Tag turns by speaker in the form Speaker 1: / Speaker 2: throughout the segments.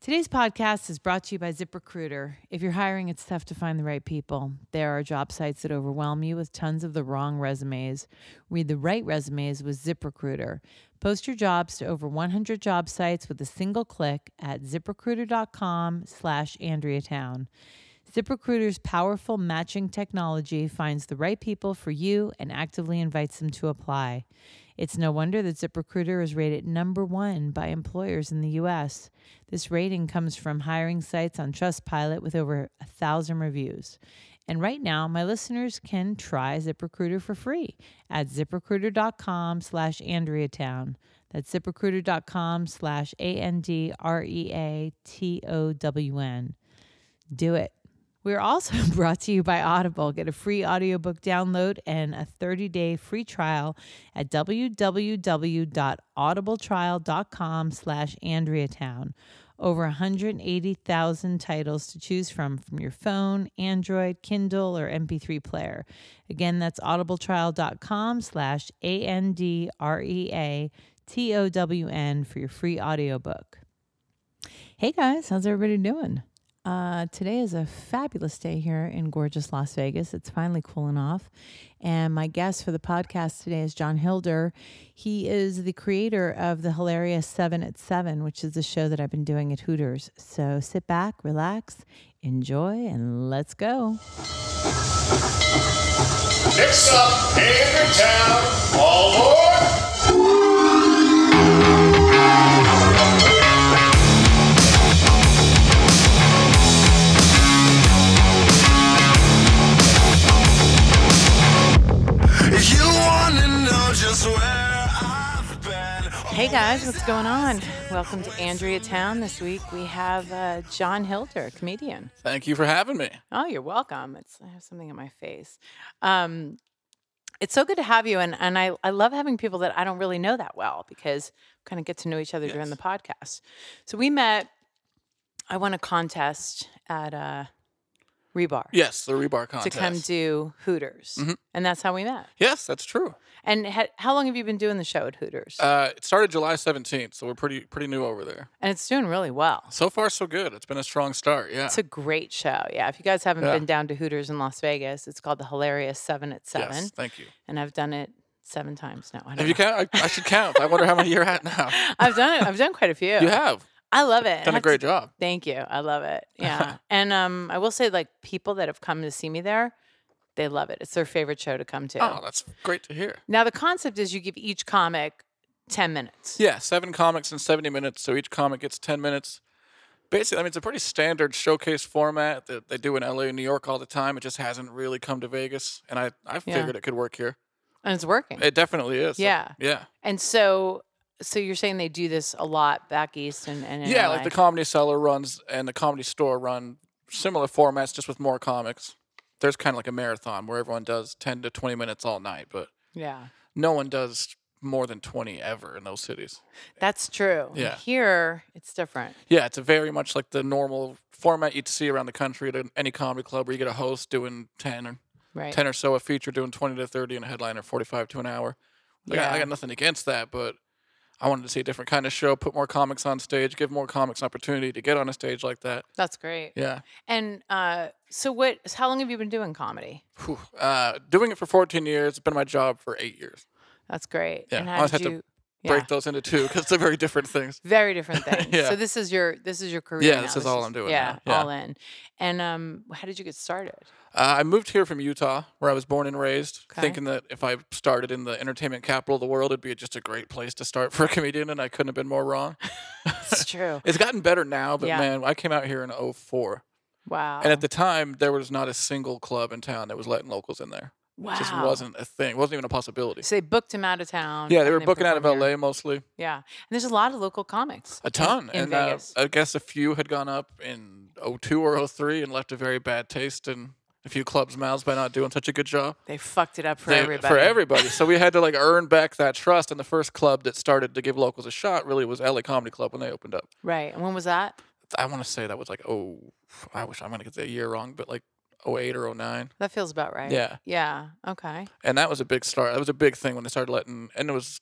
Speaker 1: Today's podcast is brought to you by ZipRecruiter. If you're hiring, it's tough to find the right people. There are job sites that overwhelm you with tons of the wrong resumes. Read the right resumes with ZipRecruiter. Post your jobs to over 100 job sites with a single click at ziprecruiter.com slash AndreaTown. ZipRecruiter's powerful matching technology finds the right people for you and actively invites them to apply. It's no wonder that ZipRecruiter is rated number one by employers in the U.S. This rating comes from hiring sites on Trustpilot with over a thousand reviews. And right now, my listeners can try ZipRecruiter for free at ziprecruiter.com slash AndreaTown. That's ziprecruiter.com slash E A-N-D-R-E-A-T-O-W-N. Do it. We're also brought to you by Audible. Get a free audiobook download and a 30-day free trial at www.audibletrial.com slash AndreaTown. Over 180,000 titles to choose from from your phone, Android, Kindle, or MP3 player. Again, that's audibletrial.com slash E A-N-D-R-E-A-T-O-W-N for your free audiobook. Hey guys, how's everybody doing? Uh, today is a fabulous day here in gorgeous Las Vegas. It's finally cooling off. And my guest for the podcast today is John Hilder. He is the creator of the hilarious Seven at Seven, which is the show that I've been doing at Hooters. So sit back, relax, enjoy, and let's go.
Speaker 2: Mix up Andrew Town, all aboard!
Speaker 3: You wanna know just where I've been?
Speaker 1: Hey guys, what's going on? Welcome to Andrea Town. This week we have uh, John Hilder, comedian.
Speaker 4: Thank you for having me.
Speaker 1: Oh, you're welcome. It's I have something in my face. Um, it's so good to have you, and and I I love having people that I don't really know that well because we kind of get to know each other during the podcast. So we met. I won a contest at uh, Rebar
Speaker 4: Yes, the rebar
Speaker 1: to
Speaker 4: contest. Mm-hmm.
Speaker 1: come do Hooters, and that's how we met.
Speaker 4: yes, that's true.
Speaker 1: And ha- how long have you been doing the show at Hooters?
Speaker 4: Uh, it started July 17th, so we're pretty pretty new over there.
Speaker 1: and it's doing really well.
Speaker 4: So far, so good. It's been a strong start. Yeah.
Speaker 1: It's a great show. Yeah. If you guys haven't
Speaker 4: Yeah.
Speaker 1: been down to Hooters in Las Vegas, it's called the Hilarious Seven at Seven.
Speaker 4: Yes, thank you.
Speaker 1: and I've done it seven times now. I
Speaker 4: Have
Speaker 1: don't
Speaker 4: you
Speaker 1: know.
Speaker 4: count? I, I should count. I wonder how many you're at now.
Speaker 1: I've done it. I've done quite a few.
Speaker 4: You have
Speaker 1: I love it.
Speaker 4: done
Speaker 1: I
Speaker 4: a
Speaker 1: have to-
Speaker 4: great job.
Speaker 1: Thank you. I love it. Yeah. and um, I will say, like people that have come to see me there, they love it. It's their favorite show to come to.
Speaker 4: Oh, that's great to hear.
Speaker 1: Now the concept is you give each comic ten minutes.
Speaker 4: Yeah, seven comics in 70 minutes, so each comic gets 10 minutes. Basically, I mean, it's a pretty standard showcase format that they do in LA and New York all the time. It just hasn't really come to Vegas, and I, I
Speaker 1: Yeah.
Speaker 4: figured it could work here.
Speaker 1: And it's working.
Speaker 4: It definitely is. So-
Speaker 1: Yeah.
Speaker 4: yeah.
Speaker 1: and so, so you're saying they do this a lot back east and, and in
Speaker 4: Yeah,
Speaker 1: LA.
Speaker 4: like the comedy cellar runs and the comedy store run similar formats, just with more comics. There's kind of like a marathon where everyone does 10 to 20 minutes all night, but
Speaker 1: yeah.
Speaker 4: no one does more than 20 ever in those cities.
Speaker 1: That's true.
Speaker 4: Yeah.
Speaker 1: Here it's different.
Speaker 4: Yeah, it's a very much like the normal format you'd see around the country at an- any comedy club where you get a host doing 10 or
Speaker 1: Right.
Speaker 4: 10 or so, a feature doing 20 to 30, and a headliner 45 to an hour. Like, I,
Speaker 1: Yeah.
Speaker 4: I got nothing against that, but I wanted to see a different kind of show, put more comics on stage, give more comics an opportunity to get on a stage like that.
Speaker 1: That's great.
Speaker 4: Yeah.
Speaker 1: And uh, so, what? so How long have you been doing comedy?
Speaker 4: Whew, uh, doing it for 14 years. It's been my job for eight years.
Speaker 1: That's great.
Speaker 4: Yeah,
Speaker 1: And
Speaker 4: I
Speaker 1: how
Speaker 4: always
Speaker 1: did
Speaker 4: had to
Speaker 1: you yeah,
Speaker 4: Break those into two because they're very different things.
Speaker 1: Very different things.
Speaker 4: Yeah.
Speaker 1: So this is your this is your career.
Speaker 4: Yeah,
Speaker 1: now.
Speaker 4: this is all I'm doing
Speaker 1: Yeah,
Speaker 4: now. Yeah.
Speaker 1: all in. And um, how did you get started?
Speaker 4: Uh, I moved here from Utah, where I was born and raised,
Speaker 1: Okay.
Speaker 4: thinking that if I started in the entertainment capital of the world, it'd be just a great place to start for a comedian, and I couldn't have been more wrong.
Speaker 1: It's true.
Speaker 4: It's gotten better now, but
Speaker 1: Yeah.
Speaker 4: man, I came out here in 04.
Speaker 1: Wow.
Speaker 4: And at the time, there was not a single club in town that was letting locals in there.
Speaker 1: wow.
Speaker 4: It just wasn't a thing, wasn't even a possibility.
Speaker 1: So they booked him out of town.
Speaker 4: Yeah, they
Speaker 1: and
Speaker 4: were booking out of LA
Speaker 1: performed here.
Speaker 4: mostly.
Speaker 1: Yeah, and there's a lot of local comics.
Speaker 4: A ton.
Speaker 1: in
Speaker 4: and uh,
Speaker 1: Vegas.
Speaker 4: I guess a few had gone up in 02 or 03 and left a very bad taste in a few clubs' mouths by not doing such a good job.
Speaker 1: They fucked it up for
Speaker 4: They-
Speaker 1: everybody.
Speaker 4: For everybody. so we had to like earn back that trust. And the first club that started to give locals a shot really was LA Comedy Club when they opened up.
Speaker 1: Right. And when was that?
Speaker 4: I want to say that was like, oh, I wish I'm going to get the year wrong, but like 08 or 09.
Speaker 1: That feels about right.
Speaker 4: Yeah.
Speaker 1: Yeah. Okay.
Speaker 4: And that was a big start. That was a big thing when they started letting, and it was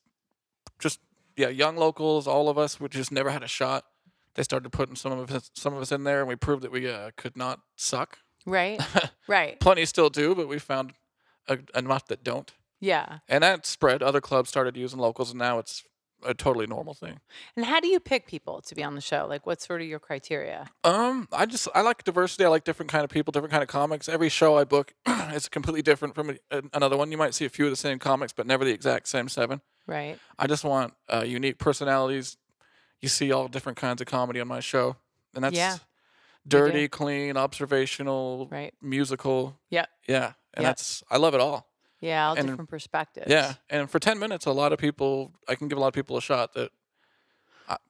Speaker 4: just, yeah, young locals, all of us, we just never had a shot. they started putting some of us, some of us in there, and we proved that we uh, could not suck.
Speaker 1: Right. right.
Speaker 4: Plenty still do, but we found a, enough that don't.
Speaker 1: Yeah.
Speaker 4: And that spread. Other clubs started using locals, and now it's a totally normal thing.
Speaker 1: And how do you pick people to be on the show? Like, what's sort of your criteria?
Speaker 4: Um, I just I like diversity. I like different kind of people, different kind of comics. Every show I book is completely different from a- an- another one. You might see a few of the same comics, but never the exact same seven.
Speaker 1: Right.
Speaker 4: I just want uh, unique personalities. You see all different kinds of comedy on my show, and that's
Speaker 1: Yeah,
Speaker 4: dirty, clean, observational,
Speaker 1: Right.
Speaker 4: musical.
Speaker 1: Yep.
Speaker 4: Yeah, and
Speaker 1: Yeah.
Speaker 4: that's I love it all.
Speaker 1: Yeah. All
Speaker 4: And-
Speaker 1: different perspectives.
Speaker 4: Yeah, and for ten minutes, a lot of people I can give a lot of people a shot that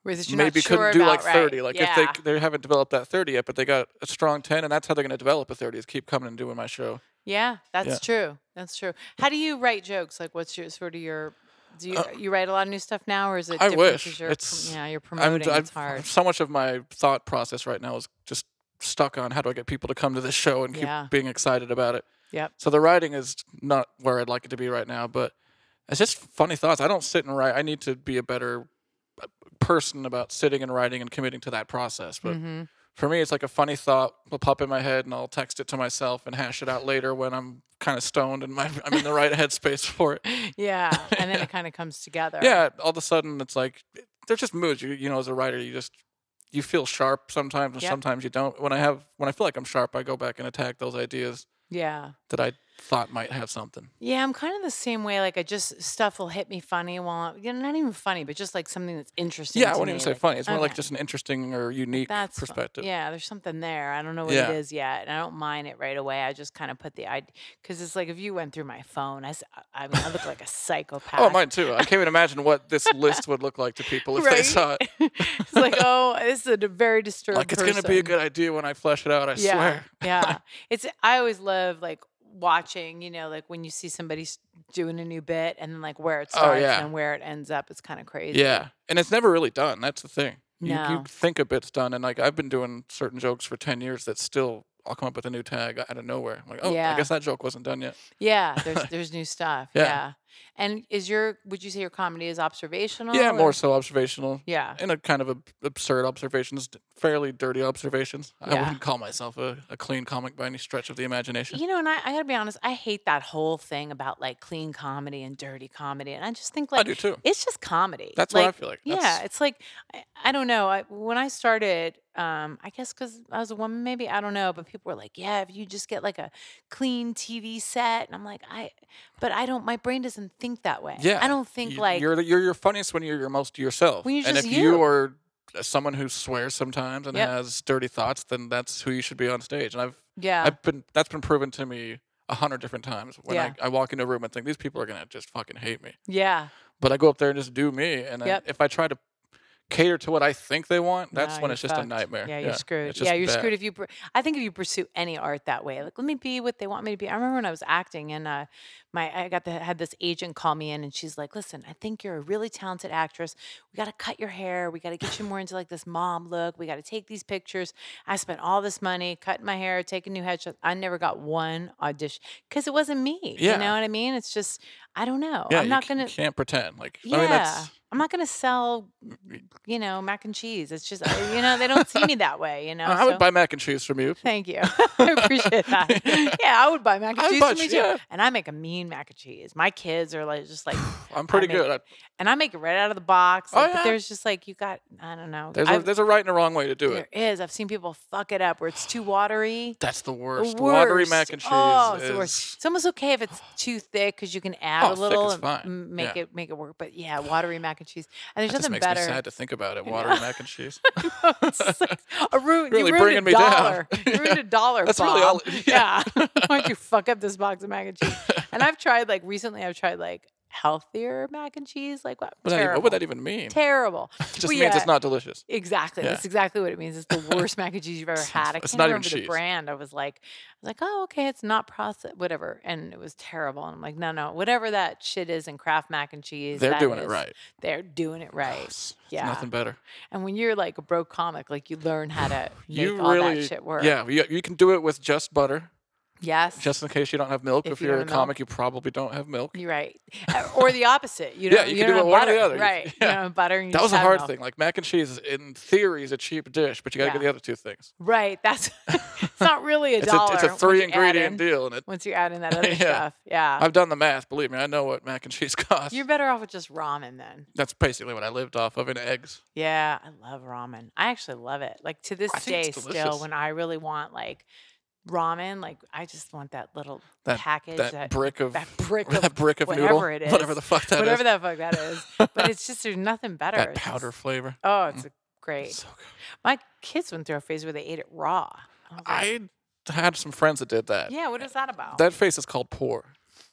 Speaker 1: Whereas that you're
Speaker 4: maybe
Speaker 1: not sure
Speaker 4: couldn't do
Speaker 1: about,
Speaker 4: like
Speaker 1: right.
Speaker 4: 30 like
Speaker 1: yeah.
Speaker 4: if they they haven't developed that 30 yet but they got a strong 10 and that's how they're going to develop a 30 is keep coming and doing my show
Speaker 1: Yeah, that's
Speaker 4: Yeah.
Speaker 1: true. That's true. How do you write jokes? Like, what's your sort of your? Do you you write a lot of new stuff now, or is it?
Speaker 4: Uh, I
Speaker 1: different 'cause
Speaker 4: wish.
Speaker 1: You're, prom-
Speaker 4: It's-
Speaker 1: yeah, you're
Speaker 4: I'm-
Speaker 1: promoting.
Speaker 4: I'm-
Speaker 1: it's hard.
Speaker 4: so much of my thought process right now is just stuck on how do i get people to come to this show and keep
Speaker 1: Yeah.
Speaker 4: being excited about it
Speaker 1: Yep.
Speaker 4: so the writing is not where i'd like it to be right now but it's just funny thoughts i don't sit and write i need to be a better uh, person about sitting and writing and committing to that process but
Speaker 1: hmm
Speaker 4: for me, it's like a funny thought will pop in my head, and I'll text it to myself and hash it out later when I'm kind of stoned and my, I'm in the right headspace for it.
Speaker 1: Yeah, and then it kind of comes together.
Speaker 4: Yeah, all of a sudden it's like there's just moods. You you know, as a writer, you just you feel sharp sometimes, and
Speaker 1: Yep.
Speaker 4: sometimes you don't. When I have when I feel like I'm sharp, I go back and attack those ideas
Speaker 1: Yeah.
Speaker 4: that I thought might have something.
Speaker 1: Yeah, I'm kind of the same way. Like, I just stuff will hit me funny. Well, you know, not even funny, but just like something that's interesting.
Speaker 4: Yeah, I
Speaker 1: to
Speaker 4: wouldn't even
Speaker 1: me,
Speaker 4: say funny. It's more like
Speaker 1: okay,
Speaker 4: just an interesting or unique
Speaker 1: that's fun-
Speaker 4: perspective.
Speaker 1: Yeah, there's something there. I don't know what
Speaker 4: Yeah.
Speaker 1: it is yet, and I don't mind it right away. I just kind of put the idea because it's like if you went through my phone, I, s- I mean, I look like a psychopath.
Speaker 4: Oh, mine too. I can't even imagine what this list would look like to people if they
Speaker 1: Right?
Speaker 4: saw it.
Speaker 1: it's like, oh, this is a very disturbed.
Speaker 4: Like it's gonna be a
Speaker 1: person."
Speaker 4: good idea when I flesh it out. I
Speaker 1: yeah,
Speaker 4: swear.
Speaker 1: yeah. It's I always love like watching, you know, like when you see somebody s- doing a new bit and then like where it
Speaker 4: Oh,
Speaker 1: starts
Speaker 4: yeah.
Speaker 1: and where it ends up. It's kind of crazy.
Speaker 4: Yeah, and it's never really done. That's the thing. You,
Speaker 1: No.
Speaker 4: you think a bit's done, and like I've been doing certain jokes for ten years that still I'll come up with a new tag out of nowhere. I'm like, oh,
Speaker 1: Yeah.
Speaker 4: I guess that joke wasn't done yet.
Speaker 1: Yeah, there's there's new stuff. Yeah.
Speaker 4: Yeah.
Speaker 1: And is your would you say your comedy is observational?
Speaker 4: yeah, more
Speaker 1: or-
Speaker 4: so observational,
Speaker 1: Oh, Yeah.
Speaker 4: and a kind of ab- absurd observations, d- fairly dirty observations. I
Speaker 1: Yeah.
Speaker 4: wouldn't call myself a, a clean comic by any stretch of the imagination.
Speaker 1: You know, and I, I gotta be honest, I hate that whole thing about like clean comedy and dirty comedy. And I just think like
Speaker 4: I do too.
Speaker 1: it's just comedy.
Speaker 4: That's
Speaker 1: like,
Speaker 4: what I feel like.
Speaker 1: yeah, it's like I, I don't know. I, when I started, um, I guess because I was a woman, maybe I don't know, but people were like, "Yeah, if you just get like a clean TV set," and I'm like, "I," but I don't. My brain doesn't think that way.
Speaker 4: yeah.
Speaker 1: I don't think
Speaker 4: you-
Speaker 1: like
Speaker 4: you're you're your funniest when you're your most yourself.
Speaker 1: When you're
Speaker 4: and
Speaker 1: just
Speaker 4: if
Speaker 1: you.
Speaker 4: are someone who swears sometimes and
Speaker 1: Yep.
Speaker 4: has dirty thoughts, then that's who you should be on stage. And I've
Speaker 1: yeah,
Speaker 4: I've been that's been proven to me a hundred different times. When
Speaker 1: Yeah.
Speaker 4: I, I walk into a room and think these people are gonna just fucking hate me,
Speaker 1: yeah,
Speaker 4: but I go up there and just do me. And then
Speaker 1: Yep.
Speaker 4: if I try to cater to what I think they want, that's
Speaker 1: No,
Speaker 4: when
Speaker 1: you're
Speaker 4: it's just a
Speaker 1: fucked.
Speaker 4: nightmare.
Speaker 1: Yeah, you're
Speaker 4: it's
Speaker 1: screwed.
Speaker 4: just
Speaker 1: Yeah, you're
Speaker 4: bad.
Speaker 1: screwed if you. pur- I think if you pursue any art that way, like let me be what they want me to be. I remember when I was acting and uh, my I got the, had this agent call me in and she's like, "Listen, I think you're a really talented actress. We got to cut your hair. We got to get you more into like this mom look. We got to take these pictures. I spent all this money cutting my hair, taking new headshots. I never got one audition because it wasn't me.
Speaker 4: Yeah.
Speaker 1: You know what I mean? It's just I don't know.
Speaker 4: Yeah,
Speaker 1: I'm
Speaker 4: you
Speaker 1: not
Speaker 4: c- you
Speaker 1: gonna.
Speaker 4: can't pretend. Like
Speaker 1: Yeah.
Speaker 4: I mean, that's
Speaker 1: I'm not going to sell, mm, you know, mac and cheese. It's just, I- you know, they don't see me that way, you know.
Speaker 4: I- I would
Speaker 1: so-
Speaker 4: buy mac and cheese from you.
Speaker 1: Thank you. I appreciate that.
Speaker 4: Yeah.
Speaker 1: yeah. I would buy mac
Speaker 4: I
Speaker 1: and
Speaker 4: would
Speaker 1: cheese
Speaker 4: buy
Speaker 1: for me
Speaker 4: ch-
Speaker 1: too.
Speaker 4: yeah.
Speaker 1: And I make a mean mac and cheese. My kids are like, just like,
Speaker 4: I'm pretty
Speaker 1: make-
Speaker 4: good. I,
Speaker 1: and I make it right out of the box.
Speaker 4: Oh,
Speaker 1: Like,
Speaker 4: yeah.
Speaker 1: But there's just like, you got, I don't know.
Speaker 4: there's a,
Speaker 1: I've-
Speaker 4: there's a right and a wrong way to do
Speaker 1: there
Speaker 4: it.
Speaker 1: is. I've seen people fuck it up where it's too watery.
Speaker 4: That's the worst.
Speaker 1: The
Speaker 4: Watery
Speaker 1: worst.
Speaker 4: mac and cheese
Speaker 1: Oh, it's
Speaker 4: is
Speaker 1: the worst. It's almost okay if it's too thick because you can add
Speaker 4: Oh,
Speaker 1: a
Speaker 4: thick
Speaker 1: little
Speaker 4: is
Speaker 1: and
Speaker 4: fine.
Speaker 1: m- make
Speaker 4: Yeah.
Speaker 1: it make it work. But yeah, watery mac and cheese. And there's
Speaker 4: that just
Speaker 1: nothing
Speaker 4: makes
Speaker 1: better.
Speaker 4: me sad to think about it. Watery mac and cheese.
Speaker 1: It's like a ru-
Speaker 4: Really
Speaker 1: you ruined
Speaker 4: bringing
Speaker 1: a
Speaker 4: me down.
Speaker 1: dollar. You ruined a dollar.
Speaker 4: That's really all-
Speaker 1: Bob.
Speaker 4: yeah.
Speaker 1: Yeah. Why'd you fuck up this box of mac and cheese? And I've tried like recently. I've tried like healthier mac and cheese. Like what?
Speaker 4: What, that even,
Speaker 1: terrible.
Speaker 4: what would that even mean?
Speaker 1: Terrible.
Speaker 4: It just
Speaker 1: Well,
Speaker 4: means
Speaker 1: yeah.
Speaker 4: it's not delicious.
Speaker 1: Exactly.
Speaker 4: Yeah.
Speaker 1: That's exactly what it means. It's the worst mac and cheese you've ever had. I
Speaker 4: it's
Speaker 1: can't
Speaker 4: not even
Speaker 1: remember the
Speaker 4: cheese.
Speaker 1: brand. I was like, I was like, oh, okay, it's not processed, whatever. And it was terrible. And I'm like, no, no, whatever that shit is in Kraft mac and cheese,
Speaker 4: They're
Speaker 1: that
Speaker 4: doing it
Speaker 1: is-
Speaker 4: right.
Speaker 1: They're doing it right.
Speaker 4: It's
Speaker 1: Yeah.
Speaker 4: Nothing better.
Speaker 1: And when you're like a broke comic, like you learn how to make
Speaker 4: you
Speaker 1: all
Speaker 4: really
Speaker 1: that shit work.
Speaker 4: yeah you, you can do it with just butter
Speaker 1: Yes.
Speaker 4: Just in case you don't have milk,
Speaker 1: If
Speaker 4: if,
Speaker 1: you
Speaker 4: you're
Speaker 1: don't
Speaker 4: a
Speaker 1: have milk.
Speaker 4: comic, you probably don't have milk.
Speaker 1: You're right. Uh, Or the opposite. You
Speaker 4: Yeah,
Speaker 1: don't,
Speaker 4: you
Speaker 1: you
Speaker 4: can
Speaker 1: don't have
Speaker 4: do it one or
Speaker 1: butter.
Speaker 4: the other. You-
Speaker 1: Right. You
Speaker 4: yeah.
Speaker 1: don't have butter and you
Speaker 4: That was
Speaker 1: just
Speaker 4: a
Speaker 1: have
Speaker 4: hard
Speaker 1: milk.
Speaker 4: thing. Like mac and cheese, is, in theory, is a cheap dish, but you got to
Speaker 1: Yeah.
Speaker 4: get the other two things.
Speaker 1: Right. That's it's not really a
Speaker 4: It's a,
Speaker 1: dollar.
Speaker 4: it's a
Speaker 1: once you
Speaker 4: three
Speaker 1: add
Speaker 4: ingredient
Speaker 1: in-
Speaker 4: deal, and it,
Speaker 1: Once you add in that other
Speaker 4: Yeah.
Speaker 1: stuff. Yeah.
Speaker 4: I've done the math. Believe me, I know what mac and cheese costs.
Speaker 1: You're better off with just ramen then.
Speaker 4: That's basically what I lived off of and eggs.
Speaker 1: Yeah, I love ramen. I actually love it. Like to this
Speaker 4: I think
Speaker 1: day
Speaker 4: it's
Speaker 1: still
Speaker 4: delicious.
Speaker 1: when I really want like ramen, like I just want that little
Speaker 4: That-
Speaker 1: package
Speaker 4: that, brick of
Speaker 1: that brick of
Speaker 4: that brick of noodle,
Speaker 1: whatever it
Speaker 4: whatever
Speaker 1: is.
Speaker 4: the fuck that is.
Speaker 1: whatever the fuck that is. But it's just there's nothing better.
Speaker 4: that
Speaker 1: It's just-
Speaker 4: powder flavor.
Speaker 1: Oh, it's a great.
Speaker 4: So good.
Speaker 1: My kids went through a phase where they ate it raw. I was like,
Speaker 4: I had some friends that did that.
Speaker 1: yeah, what is that about?
Speaker 4: That face is called poor.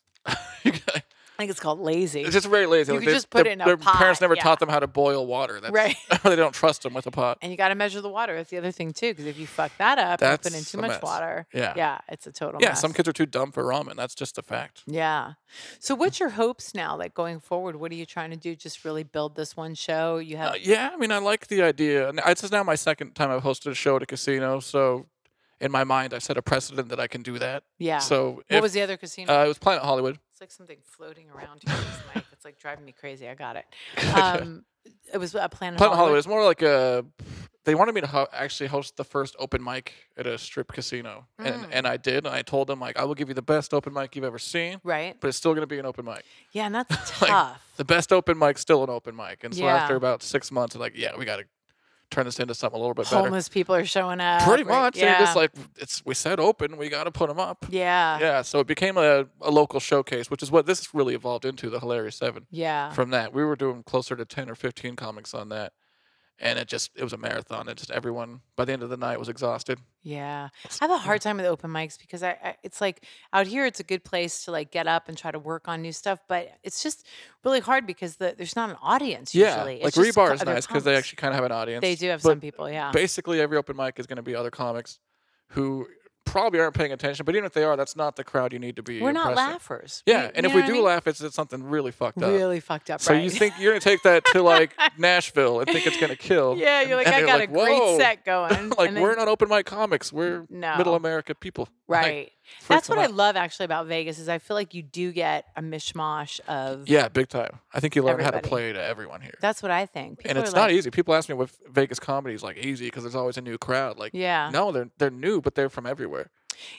Speaker 4: You got-
Speaker 1: I think it's called lazy.
Speaker 4: it's just very
Speaker 1: You
Speaker 4: lazy. like
Speaker 1: could
Speaker 4: they-
Speaker 1: just put
Speaker 4: their-
Speaker 1: it in a
Speaker 4: Their parents
Speaker 1: pot,
Speaker 4: never
Speaker 1: yeah.
Speaker 4: taught them how to boil water. That's,
Speaker 1: Right.
Speaker 4: they don't trust them with a pot.
Speaker 1: and you got to measure the water. That's the other thing too, because if you fuck that up, and you put in
Speaker 4: That's
Speaker 1: too
Speaker 4: a
Speaker 1: much
Speaker 4: mess.
Speaker 1: water.
Speaker 4: Yeah.
Speaker 1: yeah, it's a total.
Speaker 4: Yeah,
Speaker 1: mess.
Speaker 4: some kids are too dumb for ramen. That's just a fact.
Speaker 1: Yeah. So
Speaker 4: Mm.
Speaker 1: what's your hopes now, like going forward? What are you trying to do? Just really build this one show? You have
Speaker 4: Uh, yeah, I mean, I like the idea. And This is now my second time I've hosted a show at a casino, so in my mind, I set a precedent that I can do that.
Speaker 1: yeah.
Speaker 4: So
Speaker 1: what
Speaker 4: if,
Speaker 1: was the other casino?
Speaker 4: uh, it was Planet Hollywood.
Speaker 1: it's like something floating around here. This mic. It's like driving me crazy. I got it. Um, it was a Planet,
Speaker 4: Planet Hollywood is more like a. They wanted me to ho- actually host the first open mic at a strip casino,
Speaker 1: Mm.
Speaker 4: and and I did. And I told them like, I will give you the best open mic you've ever seen,
Speaker 1: Right.
Speaker 4: but it's still going to be an open mic.
Speaker 1: Yeah, and that's
Speaker 4: Like,
Speaker 1: tough.
Speaker 4: the best open mic's still an open mic. And so
Speaker 1: Yeah.
Speaker 4: after about six months, I'm like, yeah, we got to turn this into something a little bit better.
Speaker 1: Homeless people are showing up.
Speaker 4: Pretty
Speaker 1: right?
Speaker 4: much.
Speaker 1: Yeah.
Speaker 4: They're just like, it's we said open, we got to put them up.
Speaker 1: yeah.
Speaker 4: Yeah, so it became a, a local showcase, which is what this really evolved into the Hilarious Seven.
Speaker 1: Yeah.
Speaker 4: From that, we were doing closer to 10 or 15 comics on that. And it just, it was a marathon. It just, everyone by the end of the night was exhausted.
Speaker 1: Yeah. I have a hard time with open mics because I, I it's like out here it's a good place to like get up and try to work on new stuff, but it's just really hard because the, there's not an audience usually.
Speaker 4: like
Speaker 1: It's just co-
Speaker 4: Rebar is
Speaker 1: other
Speaker 4: nice because they
Speaker 1: comics.
Speaker 4: actually kind of have an audience.
Speaker 1: they do have
Speaker 4: but
Speaker 1: some people, yeah.
Speaker 4: Basically, every open mic is going to be other comics who probably aren't paying attention, but even if they are, that's not the crowd you need to be.
Speaker 1: We're not
Speaker 4: impressing.
Speaker 1: laughers.
Speaker 4: Yeah,
Speaker 1: You-
Speaker 4: and
Speaker 1: you
Speaker 4: if
Speaker 1: know
Speaker 4: we
Speaker 1: what
Speaker 4: do
Speaker 1: I mean?
Speaker 4: laugh, it's, it's something really fucked up.
Speaker 1: really fucked up.
Speaker 4: So
Speaker 1: right?
Speaker 4: you think you're gonna take that to like Nashville and think it's gonna kill?
Speaker 1: Yeah, you're like,
Speaker 4: and
Speaker 1: I
Speaker 4: they're
Speaker 1: got a great
Speaker 4: "Whoa."
Speaker 1: set going.
Speaker 4: like
Speaker 1: and
Speaker 4: we're
Speaker 1: then-
Speaker 4: not open mic comics. We're
Speaker 1: No.
Speaker 4: middle America people. Like,
Speaker 1: Right.
Speaker 4: freak
Speaker 1: That's what
Speaker 4: them
Speaker 1: I
Speaker 4: out.
Speaker 1: love actually about Vegas is I feel like you do get a mishmash of
Speaker 4: yeah, big time. I think you learn how to
Speaker 1: Everybody.
Speaker 4: play to everyone here,
Speaker 1: That's what I think. People
Speaker 4: and
Speaker 1: are
Speaker 4: it's
Speaker 1: like,
Speaker 4: not e easy. People ask me what Vegas comedy is like easy because there's always a new crowd. Like,
Speaker 1: Yeah.
Speaker 4: no, they're they're new, but they're from everywhere.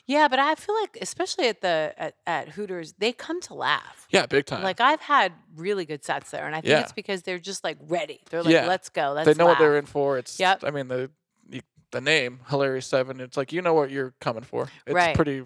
Speaker 1: Yeah, but I feel like, especially at the at, at Hooters, they come to laugh.
Speaker 4: Yeah, big time.
Speaker 1: Like I've had really good sets there, and I think
Speaker 4: Yeah.
Speaker 1: it's because they're just like ready. They're like,
Speaker 4: Yeah.
Speaker 1: "Let's go, let's."
Speaker 4: they know what they're
Speaker 1: laugh."
Speaker 4: in for. It's
Speaker 1: Yep.
Speaker 4: I mean the the- the name hilarious seven. It's like you know what you're coming for. It's
Speaker 1: Right.
Speaker 4: pretty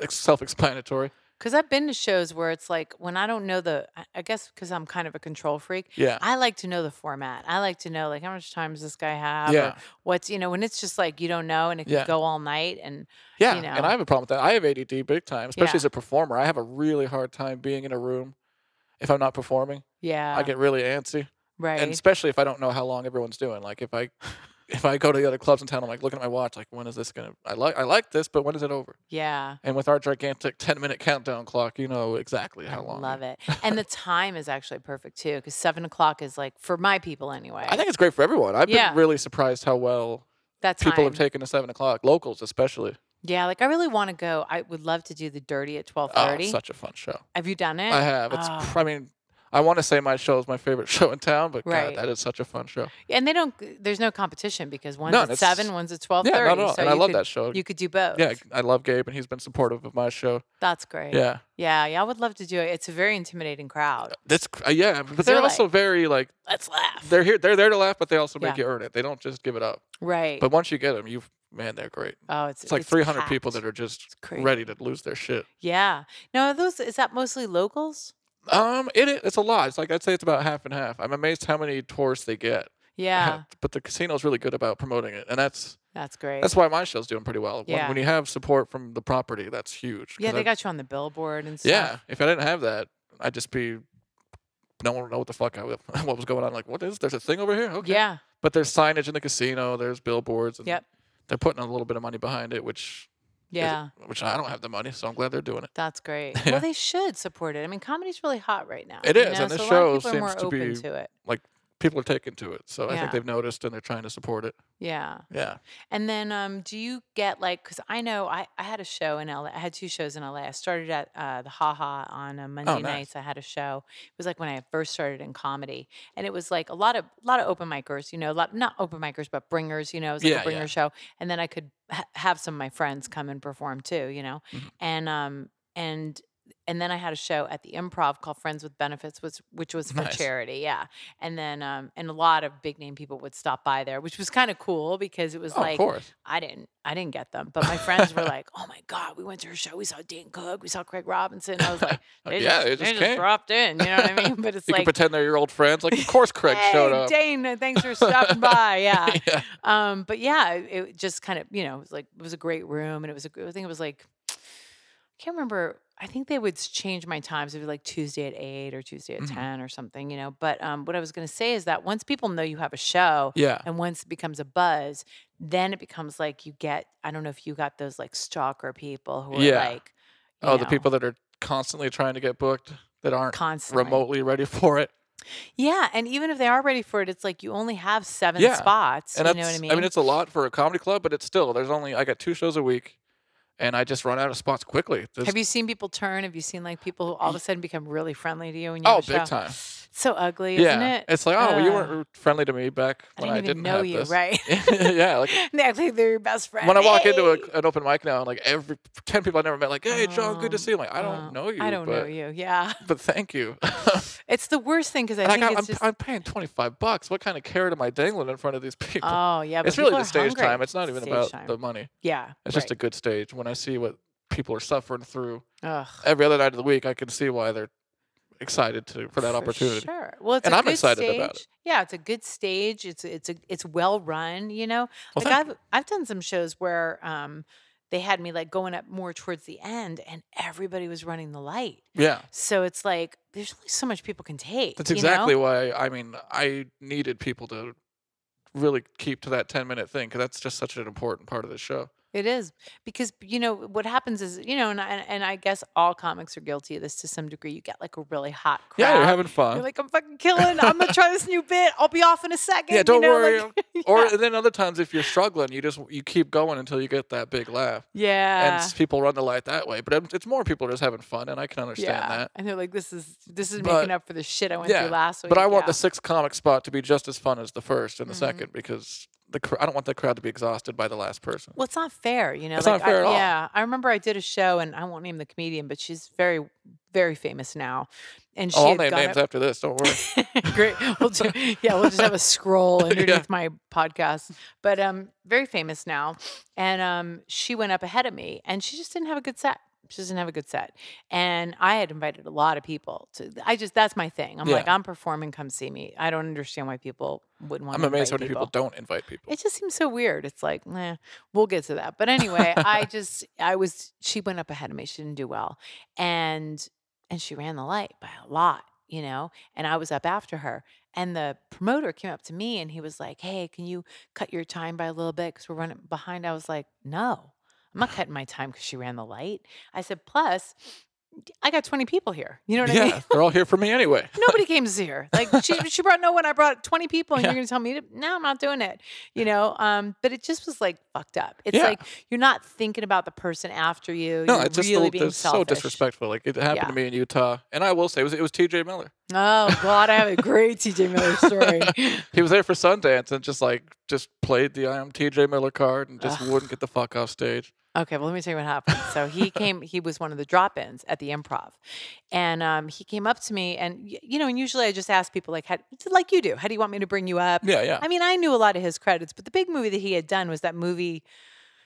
Speaker 4: ex- self-explanatory.
Speaker 1: Because I've been to shows where it's like when I don't know the, I- I guess because I'm kind of a control freak,
Speaker 4: Yeah.
Speaker 1: I like to know the format. I like to know like how much time does this guy have? Or
Speaker 4: Yeah.
Speaker 1: what's you know when it's just like you don't know and it can
Speaker 4: Yeah.
Speaker 1: go all night and
Speaker 4: Yeah,
Speaker 1: you know.
Speaker 4: and I have a problem with that. I have ADD big time, especially
Speaker 1: Yeah.
Speaker 4: as a performer. I have a really hard time being in a room if I'm not performing.
Speaker 1: yeah,
Speaker 4: I get really antsy,
Speaker 1: right.
Speaker 4: and especially if I don't know how long everyone's doing. Like if I if I go to the other clubs in town, I'm like looking at my watch, like when is this gonna? I like I like this, but when is it over?
Speaker 1: yeah.
Speaker 4: And with our gigantic 10 minute countdown clock, you know exactly how long.
Speaker 1: Love it. And the time is actually perfect too, because seven o'clock is like for my people anyway.
Speaker 4: I think it's great for everyone. I've
Speaker 1: Yeah.
Speaker 4: been really surprised how well
Speaker 1: that's
Speaker 4: people have taken to seven o'clock. Locals especially.
Speaker 1: Yeah, like I really want to go. I would love to do the dirty at twelve
Speaker 4: Oh,
Speaker 1: thirty.
Speaker 4: it's such a fun show.
Speaker 1: have you done it?
Speaker 4: I have. It's.
Speaker 1: Oh.
Speaker 4: pr- I mean, I want to say my show is my favorite show in town, but
Speaker 1: Right.
Speaker 4: God, that is such a fun show.
Speaker 1: and they don't. There's no competition because one's
Speaker 4: None,
Speaker 1: at
Speaker 4: it's-
Speaker 1: seven, one's at twelve
Speaker 4: Yeah,
Speaker 1: thirty.
Speaker 4: not at all.
Speaker 1: So
Speaker 4: And I
Speaker 1: you
Speaker 4: love
Speaker 1: could-
Speaker 4: that show.
Speaker 1: You could do both.
Speaker 4: Yeah, I love Gabe, and he's been supportive of my show.
Speaker 1: that's great.
Speaker 4: Yeah,
Speaker 1: yeah, yeah. I would love to do it. It's a very intimidating crowd.
Speaker 4: that's cr- uh, yeah, but
Speaker 1: they're
Speaker 4: they're also
Speaker 1: like-
Speaker 4: very like
Speaker 1: Let's laugh.
Speaker 4: they're here, they're there to laugh, but they also make
Speaker 1: Yeah.
Speaker 4: you earn it. They don't just give it up.
Speaker 1: right.
Speaker 4: But once you get them, you man, they're great.
Speaker 1: oh, it's
Speaker 4: It's like 300 people
Speaker 1: packed.
Speaker 4: that are just
Speaker 1: crazy.
Speaker 4: ready to lose their shit.
Speaker 1: Yeah. Now, are those is that mostly locals?
Speaker 4: Um, it i- it's a lot. It's like I'd say it's about half and half. I'm amazed how many tourists they get.
Speaker 1: Yeah,
Speaker 4: but the casino's really good about promoting it, and that's
Speaker 1: that's great.
Speaker 4: that's why my show's doing pretty well. When,
Speaker 1: Yeah.
Speaker 4: when you have support from the property, that's huge. 'cause
Speaker 1: yeah, they
Speaker 4: I-
Speaker 1: got you on the billboard and stuff.
Speaker 4: Yeah, if I didn't have that, I'd just be no one would know what the fuck I what was going on. Like, what is there's a thing over here? Okay.
Speaker 1: Yeah.
Speaker 4: But there's signage in the casino. There's billboards. And
Speaker 1: Yep.
Speaker 4: They're putting a little bit of money behind it, which is-
Speaker 1: Yeah.
Speaker 4: which I don't have the money, so I'm glad they're doing it.
Speaker 1: That's great.
Speaker 4: Yeah.
Speaker 1: Well, they should support it. I mean, comedy's really hot right now.
Speaker 4: It
Speaker 1: you
Speaker 4: is,
Speaker 1: know,
Speaker 4: and this
Speaker 1: so a lot
Speaker 4: show
Speaker 1: of people are
Speaker 4: seems
Speaker 1: more
Speaker 4: to
Speaker 1: open
Speaker 4: be-
Speaker 1: to it.
Speaker 4: Like people are taken to it. So I
Speaker 1: Yeah.
Speaker 4: think they've noticed and they're trying to support it.
Speaker 1: Yeah.
Speaker 4: Yeah.
Speaker 1: And then um, do you get like, because I know I, I had a show in LA. I had two shows in LA. I started at uh, the Ha Ha on a Monday
Speaker 4: Oh, nice.
Speaker 1: nights. I had a show. It was like when I first started in comedy. And it was like a lot of a lot of open micers, you know, a lot, not open micers, but bringers, you know, it was like
Speaker 4: Yeah,
Speaker 1: a bringer
Speaker 4: yeah.
Speaker 1: show. And then I could ha- have some of my friends come and perform too, you know?
Speaker 4: Mhm.
Speaker 1: And, um, and, and then I had a show at the improv called Friends with Benefits, which, which was for
Speaker 4: Nice.
Speaker 1: charity. Yeah. And then, um, and a lot of big name people would stop by there, which was kind of cool because it was
Speaker 4: Oh,
Speaker 1: like,
Speaker 4: of course.
Speaker 1: I didn't I didn't get them, but my friends were like, "Oh my god, we went to her show. We saw Dane Cook. We saw Craig Robinson." I was like,
Speaker 4: Like,
Speaker 1: "They
Speaker 4: yeah,
Speaker 1: just,
Speaker 4: they just came.
Speaker 1: dropped in." You know what I mean? But it's
Speaker 4: You can
Speaker 1: like,
Speaker 4: pretend they're your old friends. Like, of course, Craig showed
Speaker 1: "Hey,
Speaker 4: up.
Speaker 1: Dane, uh, thanks for stopping by." Yeah.
Speaker 4: yeah.
Speaker 1: Um, but yeah, it, it just kind of you know, it was like it was a great room, and it was a gr- I think it was like I can't remember. I think they would s- change my times. It would be like Tuesday at eight or Tuesday at
Speaker 4: Mhm.
Speaker 1: ten or something, you know. But um, what I was going to say is that once people know you have a show,
Speaker 4: Yeah.
Speaker 1: and once it becomes a buzz, then it becomes like you get, I don't know if you got those like stalker people who are
Speaker 4: Yeah.
Speaker 1: like, you
Speaker 4: Oh, the
Speaker 1: know,
Speaker 4: people that are constantly trying to get booked that aren't
Speaker 1: constantly.
Speaker 4: remotely ready for it.
Speaker 1: Yeah. And even if they are ready for it, it's like you only have seven
Speaker 4: Yeah.
Speaker 1: spots.
Speaker 4: And
Speaker 1: you know
Speaker 4: that's,
Speaker 1: what I mean?
Speaker 4: I mean, it's a lot for a comedy club, but it's still, there's only, I got two shows a week and I just run out of spots quickly. There's-
Speaker 1: have you seen people turn? Have you seen like people who all of a sudden become really friendly to you? And you
Speaker 4: oh,
Speaker 1: have a
Speaker 4: big
Speaker 1: show?
Speaker 4: time.
Speaker 1: So ugly, isn't
Speaker 4: Yeah.
Speaker 1: it?
Speaker 4: It's like, oh, well, you
Speaker 1: Ugh.
Speaker 4: weren't friendly to me back
Speaker 1: I didn't
Speaker 4: when I
Speaker 1: even
Speaker 4: didn't
Speaker 1: know
Speaker 4: have
Speaker 1: you,
Speaker 4: this.
Speaker 1: right?
Speaker 4: yeah. Like,
Speaker 1: they act like they're your best friend.
Speaker 4: when I walk into
Speaker 1: Hey!
Speaker 4: a, an open mic now, and like every ten people I never met, like, "Hey, John, good
Speaker 1: Um,
Speaker 4: to see you." I'm like, I don't
Speaker 1: uh,
Speaker 4: know you.
Speaker 1: I don't
Speaker 4: but,
Speaker 1: know you. Yeah.
Speaker 4: but thank you. And
Speaker 1: It's the worst thing because I
Speaker 4: I
Speaker 1: think
Speaker 4: got, I'm,
Speaker 1: it's just.
Speaker 4: I'm paying twenty five bucks. What kind of carrot am I dangling in front of these people?
Speaker 1: Oh yeah, but
Speaker 4: it's really
Speaker 1: people
Speaker 4: the
Speaker 1: are
Speaker 4: stage
Speaker 1: hungry.
Speaker 4: time. It's not even
Speaker 1: Stage
Speaker 4: about
Speaker 1: time.
Speaker 4: the money.
Speaker 1: yeah.
Speaker 4: It's just a good stage. When I see what people are suffering through
Speaker 1: a Ugh,
Speaker 4: every other night of the week, I can see why they're excited to for that opportunity.
Speaker 1: Sure. Well, it's
Speaker 4: And
Speaker 1: a
Speaker 4: I'm
Speaker 1: good
Speaker 4: excited about it.
Speaker 1: stage. Yeah, it's a good stage. It's it's a it's well run. You know, like
Speaker 4: Well, thank
Speaker 1: I've I've done some shows where um they had me like going up more towards the end, and everybody was running the light.
Speaker 4: Yeah,
Speaker 1: So it's like there's only so much people can take.
Speaker 4: that's
Speaker 1: you know?
Speaker 4: exactly why. I mean, I needed people to really keep to that ten minute thing because that's just such an important part of the show.
Speaker 1: It is because you know what happens is you know, and I, and I guess all comics are guilty of this to some degree. You get like a really hot crowd.
Speaker 4: Yeah, you're having fun.
Speaker 1: You're like, I'm fucking killing. I'm gonna try this new bit. I'll be off in a second.
Speaker 4: yeah, don't
Speaker 1: you know,
Speaker 4: worry.
Speaker 1: Like,
Speaker 4: Or and then other times, if you're struggling, you just you keep going until you get that big laugh. And
Speaker 1: yeah.
Speaker 4: s- people run the light that way, but it- it's more people are just having fun, and I can understand
Speaker 1: yeah.
Speaker 4: that.
Speaker 1: And they're like, this is this is
Speaker 4: But-
Speaker 1: making up for the shit I went
Speaker 4: yeah,
Speaker 1: through last week.
Speaker 4: But I want
Speaker 1: yeah.
Speaker 4: the sixth comic spot to be just as fun as the first and the
Speaker 1: Mhm.
Speaker 4: second because the cr- I don't want the crowd to be exhausted by the last person.
Speaker 1: Well, it's not fair, you know.
Speaker 4: It's
Speaker 1: like,
Speaker 4: not fair
Speaker 1: I,
Speaker 4: at all.
Speaker 1: Yeah, I remember I did a show, and I won't name the comedian, but she's very, very famous now, and she
Speaker 4: Oh, I'll
Speaker 1: had
Speaker 4: name
Speaker 1: gone up-
Speaker 4: names after this. Don't worry.
Speaker 1: Great. We'll ju- yeah, we'll just have a scroll underneath
Speaker 4: Yeah.
Speaker 1: my podcast. But um, very famous now, and um, she went up ahead of me, and she just didn't have a good set. She doesn't have a good set, and I had invited a lot of people. To I just that's my thing. I'm like
Speaker 4: Yeah.
Speaker 1: I'm performing. Come see me. I don't understand why people wouldn't want.
Speaker 4: I'm
Speaker 1: to
Speaker 4: amazed how
Speaker 1: invite
Speaker 4: many people don't invite people.
Speaker 1: it just seems so weird. It's like, nah, we'll get to that. But anyway, I just, I was, she went up ahead of me. She didn't do well. And, and she ran the light by a lot, you know, and I was up after her. And the promoter came up to me and he was like, hey, can you cut your time by a little bit? Cause we're running behind. I was like, no, I'm not cutting my time because she ran the light. I said, plus, I got 20 people here. You know what I mean?
Speaker 4: Yeah, they're all here for me anyway.
Speaker 1: Nobody came to see her. Like she, she brought no one. I brought twenty people, and
Speaker 4: Yeah.
Speaker 1: you're going to tell me to? No, I'm not doing it. You know. Um, but it just was like fucked up. It's
Speaker 4: Yeah.
Speaker 1: like you're not thinking about the person after you.
Speaker 4: No,
Speaker 1: you're
Speaker 4: it's just
Speaker 1: really
Speaker 4: the,
Speaker 1: being
Speaker 4: it's so
Speaker 1: selfish.
Speaker 4: disrespectful. Like it happened
Speaker 1: Yeah.
Speaker 4: to me in Utah, and I will say it was it was T.J. Miller.
Speaker 1: Oh God, I have a great TJ Miller story.
Speaker 4: He was there for Sundance and just like just played the I am TJ Miller card and just
Speaker 1: Ugh.
Speaker 4: wouldn't get the fuck off stage.
Speaker 1: Okay, well, let me tell you what happened. So he came, he was one of the drop ins at the improv. And um, he came up to me, and, y- you know, and usually I just ask people, like, how, like you do, how do you want me to bring you up?
Speaker 4: Yeah, yeah.
Speaker 1: I mean, I knew a lot of his credits, but the big movie that he had done was that movie,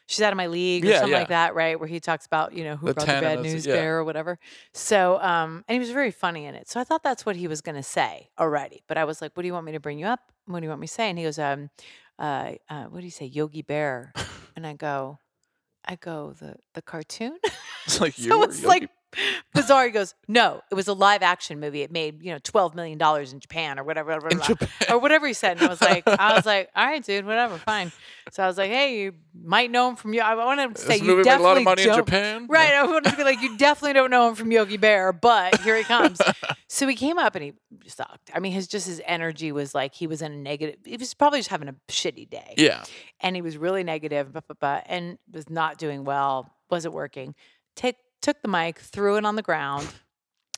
Speaker 1: She's Out of My League, or
Speaker 4: Yeah,
Speaker 1: something
Speaker 4: yeah.
Speaker 1: like that, right? Where he talks about, you know, who
Speaker 4: The
Speaker 1: brought the
Speaker 4: Ten
Speaker 1: bad
Speaker 4: and it's-
Speaker 1: news
Speaker 4: yeah.
Speaker 1: bear or whatever. So, um, and he was very funny in it. So I thought that's what he was going to say already. But I was like, what do you want me to bring you up? What do you want me to say? And he goes, um, uh, uh, what do you say, Yogi Bear? And I go, I go the the cartoon.
Speaker 4: It's like you
Speaker 1: so
Speaker 4: were
Speaker 1: it's
Speaker 4: Yogi-
Speaker 1: like Bizarre goes, no, it was a live action movie. It made you know twelve million dollars in Japan or whatever, blah, blah, blah," or whatever he said. And I was like, I was like, all right, dude, whatever, fine. So I was like, hey, you might know him from you. I want to say
Speaker 4: This
Speaker 1: you
Speaker 4: movie made a
Speaker 1: definitely
Speaker 4: lot of money in
Speaker 1: don't-
Speaker 4: Japan.
Speaker 1: Right. I wanted to be like, you definitely don't know him from Yogi Bear, but here he comes. so he came up and he sucked. I mean, his just his energy was like he was in a negative. He was probably just having a shitty day
Speaker 4: Yeah.
Speaker 1: and he was really negative, blah, blah, blah, and was not doing well, wasn't working. Take, took the mic, threw it on the ground,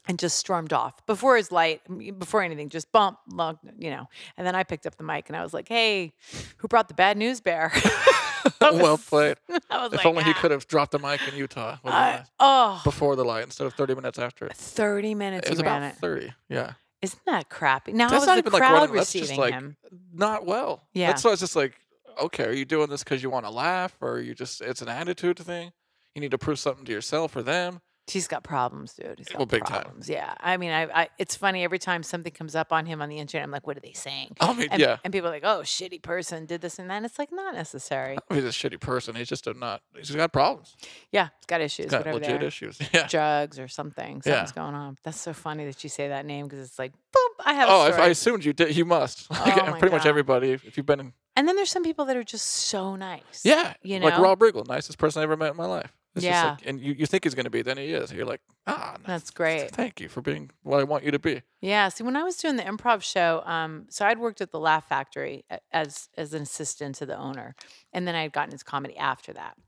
Speaker 1: and just stormed off before his light, I mean, before anything, just bump, lug, you know. And then I picked up the mic and I was like, hey, who brought the bad news bear? I was-
Speaker 4: Oh, well played.
Speaker 1: I was
Speaker 4: If
Speaker 1: like,
Speaker 4: only he
Speaker 1: "Ah."
Speaker 4: could have dropped the mic in Utah would've
Speaker 1: I-
Speaker 4: been nice.
Speaker 1: oh,
Speaker 4: before the light instead of 30 minutes after it.
Speaker 1: 30 minutes
Speaker 4: It was
Speaker 1: he ran
Speaker 4: about
Speaker 1: it.
Speaker 4: 30. Yeah.
Speaker 1: Isn't that crappy? Now,
Speaker 4: That's
Speaker 1: how was
Speaker 4: not
Speaker 1: the
Speaker 4: even like
Speaker 1: crowd
Speaker 4: running. That's
Speaker 1: receiving
Speaker 4: just like
Speaker 1: him?
Speaker 4: not well.
Speaker 1: Yeah.
Speaker 4: That's why it's just like, okay, are you doing this because you want to laugh or you just, it's an attitude thing? You need to prove something to yourself or them.
Speaker 1: He's got problems, dude. He's got
Speaker 4: Eh, Well, big time.
Speaker 1: problems. Yeah. I mean, I, I it's funny every time something comes up on him on the internet, I'm like, what are they saying?
Speaker 4: I mean,
Speaker 1: And,
Speaker 4: Uh, yeah.
Speaker 1: and people are like, oh, shitty person did this and that. It's like, not necessary.
Speaker 4: He's a shitty person. He's just a not, he's got problems.
Speaker 1: Yeah. It's got issues,
Speaker 4: He's got
Speaker 1: whatever
Speaker 4: legit
Speaker 1: they are.
Speaker 4: issues. Yeah.
Speaker 1: Drugs or something.
Speaker 4: Yeah.
Speaker 1: Something's going on. That's so funny that you say that name because it's like, boom, I have
Speaker 4: Oh,
Speaker 1: a
Speaker 4: if I
Speaker 1: story.
Speaker 4: assumed you did, you must. Like,
Speaker 1: Oh my
Speaker 4: pretty much
Speaker 1: God.
Speaker 4: everybody, if you've been in,
Speaker 1: and then there's some people that are just so nice.
Speaker 4: yeah,
Speaker 1: You
Speaker 4: like
Speaker 1: know?
Speaker 4: Rob Riggle, nicest person I ever met in my life. It's just
Speaker 1: Yeah.
Speaker 4: like- and you, you think he's going to be, then he is. You're like, ah, no,
Speaker 1: That's great.
Speaker 4: Thank you for being what I want you to be.
Speaker 1: Yeah. See, when I was doing the improv show, um, so I'd worked at the Laugh Factory a- as as an assistant to the owner, and then I had gotten into comedy after that.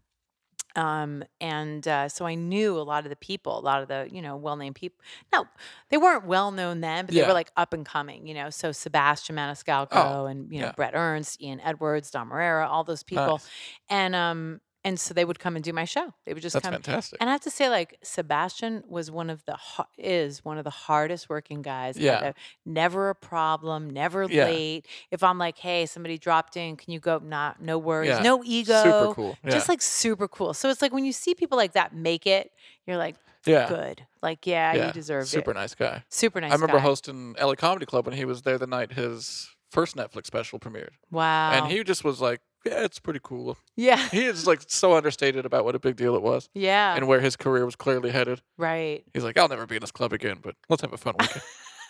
Speaker 1: Um, and uh, so I knew a lot of the people, a lot of the you know well known people. No, they weren't well known then, but they
Speaker 4: Yeah.
Speaker 1: were like up and coming. You know, so Sebastian Maniscalco
Speaker 4: Oh,
Speaker 1: and you know
Speaker 4: yeah.
Speaker 1: Brett Ernst, Ian Edwards, Don Marrera, all those people,
Speaker 4: Nice.
Speaker 1: and um, and so they would come and do my show. They would just
Speaker 4: That's
Speaker 1: come.
Speaker 4: fantastic.
Speaker 1: And I have to say, like Sebastian was one of the har- is one of the hardest working guys. I've
Speaker 4: Yeah.
Speaker 1: ev- never a problem, never
Speaker 4: Yeah.
Speaker 1: late. If I'm like, hey, somebody dropped in, can you go? Not, no worries,
Speaker 4: Yeah.
Speaker 1: no ego.
Speaker 4: Super cool. Yeah.
Speaker 1: Just like super cool. So it's like when you see people like that make it, you're like,
Speaker 4: yeah.
Speaker 1: good. Like, yeah,
Speaker 4: yeah.
Speaker 1: you deserved
Speaker 4: Super
Speaker 1: it.
Speaker 4: nice guy.
Speaker 1: Super nice.
Speaker 4: I remember
Speaker 1: guy.
Speaker 4: hosting LA Comedy Club when he was there the night his first Netflix special premiered.
Speaker 1: Wow.
Speaker 4: And he just was like, yeah, it's pretty cool.
Speaker 1: yeah,
Speaker 4: He is like so understated about what a big deal it was
Speaker 1: yeah,
Speaker 4: and where his career was clearly headed.
Speaker 1: right.
Speaker 4: He's like, I'll never be in this club again, but let's have a fun weekend.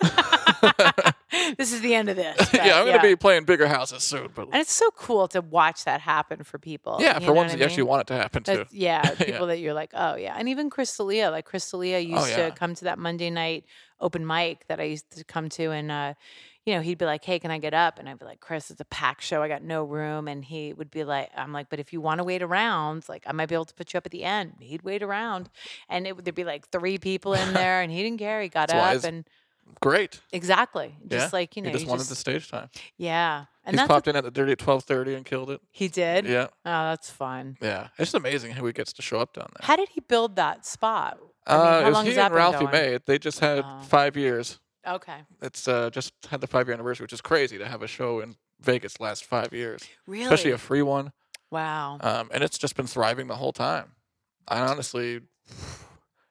Speaker 1: this is the end of this. but
Speaker 4: yeah, I'm going to be playing bigger houses soon, but
Speaker 1: And it's so cool to watch that happen for people.
Speaker 4: yeah,
Speaker 1: you know
Speaker 4: for once
Speaker 1: what I
Speaker 4: you actually
Speaker 1: mean?
Speaker 4: want it to happen too.
Speaker 1: That's, yeah,
Speaker 4: Yeah. Oh,
Speaker 1: people that you're like, oh yeah, and even Crystalia, like Crystalia used
Speaker 4: yeah.
Speaker 1: to come to that Monday night open mic that I used to come to, and uh, you know he'd be like, hey, can I get up? And I'd be like, Chris, it's a packed show, I got no room, and he would be like, I'm like, but if you want to wait around, like I might be able to put you up at the end. He'd wait around, and it would there'd be like three people in there, and he didn't care. He got
Speaker 4: That's wise.
Speaker 1: up and
Speaker 4: Great.
Speaker 1: exactly,
Speaker 4: Yeah.
Speaker 1: just like you know,
Speaker 4: he just
Speaker 1: you
Speaker 4: wanted
Speaker 1: just-
Speaker 4: the stage time.
Speaker 1: yeah, and
Speaker 4: He's
Speaker 1: that's what
Speaker 4: popped in at the dirty at 12:30 and killed it.
Speaker 1: he did.
Speaker 4: Yeah.
Speaker 1: Oh, that's fun.
Speaker 4: Yeah, it's just amazing how he gets to show up down there.
Speaker 1: How did he build that spot? I mean,
Speaker 4: Uh,
Speaker 1: how
Speaker 4: it was
Speaker 1: long
Speaker 4: he
Speaker 1: has that
Speaker 4: and
Speaker 1: been
Speaker 4: Ralphie
Speaker 1: going?
Speaker 4: May. They just had
Speaker 1: Oh.
Speaker 4: five years.
Speaker 1: Okay.
Speaker 4: It's uh, just had the five year anniversary, which is crazy to have a show in Vegas last five years,
Speaker 1: Really?
Speaker 4: especially a free one.
Speaker 1: wow.
Speaker 4: Um, and it's just been thriving the whole time. I honestly, he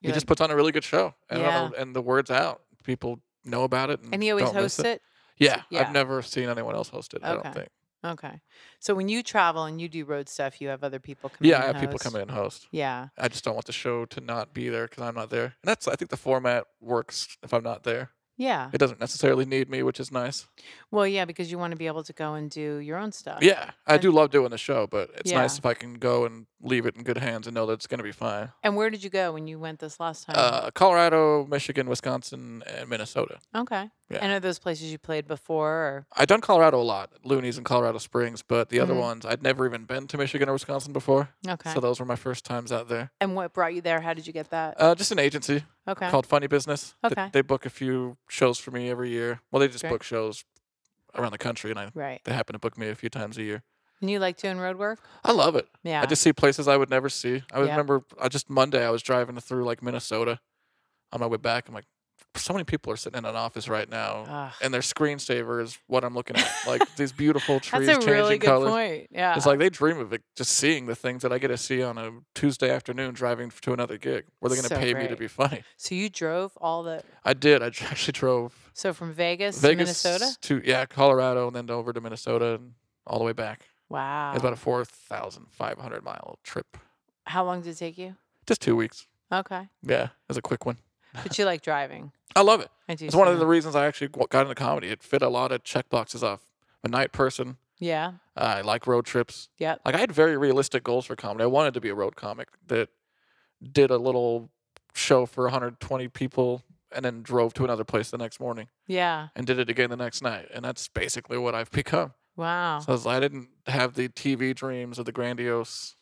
Speaker 1: You're
Speaker 4: just
Speaker 1: like-
Speaker 4: puts on a really good show. And, I don't
Speaker 1: Yeah.
Speaker 4: know- and the word's out. People know about it. And,
Speaker 1: and he always
Speaker 4: don't miss
Speaker 1: hosts it?
Speaker 4: Yeah,
Speaker 1: Yeah.
Speaker 4: I've never seen anyone else host it. I don't
Speaker 1: Okay.
Speaker 4: think.
Speaker 1: Okay. So when you travel and you do road stuff, you have other people come
Speaker 4: Yeah,
Speaker 1: in.
Speaker 4: I have
Speaker 1: and
Speaker 4: people
Speaker 1: host?
Speaker 4: come in and host.
Speaker 1: Yeah.
Speaker 4: I just don't want the show to not be there because I'm not there. And that's I think the format works if I'm not there.
Speaker 1: Yeah.
Speaker 4: It doesn't necessarily need me, which is nice.
Speaker 1: Well, yeah, because you want to be able to go and do your own stuff.
Speaker 4: Yeah, I do love doing the show, but it's nice
Speaker 1: Yeah.
Speaker 4: if I can go and leave it in good hands and know that it's going to be fine.
Speaker 1: And where did you go when you went this last time?
Speaker 4: Uh, Colorado, Michigan, Wisconsin, and Minnesota.
Speaker 1: okay.
Speaker 4: yeah.
Speaker 1: And are those places you played before? Or
Speaker 4: I've done Colorado a lot, Looney's and Colorado Springs, but the other
Speaker 1: Mhm.
Speaker 4: ones I'd never even been to Michigan or Wisconsin before.
Speaker 1: okay.
Speaker 4: So those were my first times out there.
Speaker 1: and what brought you there? How did you get that?
Speaker 4: Uh, just an agency
Speaker 1: okay.
Speaker 4: called Funny Business. Th-
Speaker 1: Okay.
Speaker 4: They, book a few shows for me every year. Well, they just
Speaker 1: Great.
Speaker 4: book shows around the country, and I,
Speaker 1: right.
Speaker 4: they happen to book me a few times a year.
Speaker 1: And you like doing road work?
Speaker 4: I love it.
Speaker 1: Yeah.
Speaker 4: I just see places I would never see. I
Speaker 1: Yeah.
Speaker 4: remember I just Monday I was driving through like Minnesota on my way back. I'm like, so many people are sitting in an office right now,
Speaker 1: Ugh.
Speaker 4: and their screensaver is what I'm looking at. Like these beautiful trees
Speaker 1: That's a
Speaker 4: changing
Speaker 1: really good
Speaker 4: colors.
Speaker 1: point. Yeah.
Speaker 4: It's like they dream of it, just seeing the things that I get to see on a Tuesday afternoon driving to another gig. Where they're going to
Speaker 1: So
Speaker 4: pay me to
Speaker 1: great.
Speaker 4: be funny.
Speaker 1: so you drove all the
Speaker 4: I did. I dr- actually drove
Speaker 1: so from Vegas, to
Speaker 4: Vegas
Speaker 1: Minnesota?
Speaker 4: to yeah Colorado and then over to Minnesota and all the way back.
Speaker 1: Wow.
Speaker 4: It's about a four thousand five hundred mile trip.
Speaker 1: How long did it take you?
Speaker 4: Just two weeks.
Speaker 1: Okay.
Speaker 4: Yeah, that's a quick one.
Speaker 1: But you like driving.
Speaker 4: I love it.
Speaker 1: I do.
Speaker 4: It's one
Speaker 1: see
Speaker 4: of the
Speaker 1: that.
Speaker 4: reasons I actually w- got into comedy. It fit a lot of check boxes off. I'm a night person.
Speaker 1: Yeah.
Speaker 4: I like road trips.
Speaker 1: Yep.
Speaker 4: Like I had very realistic goals for comedy. I wanted to be a road comic that did a little show for 120 people and then drove to another place the next morning
Speaker 1: Yeah.
Speaker 4: and did it again the next night. And that's basically what I've become.
Speaker 1: Wow.
Speaker 4: So I, was, I didn't have the TV dreams or the grandiose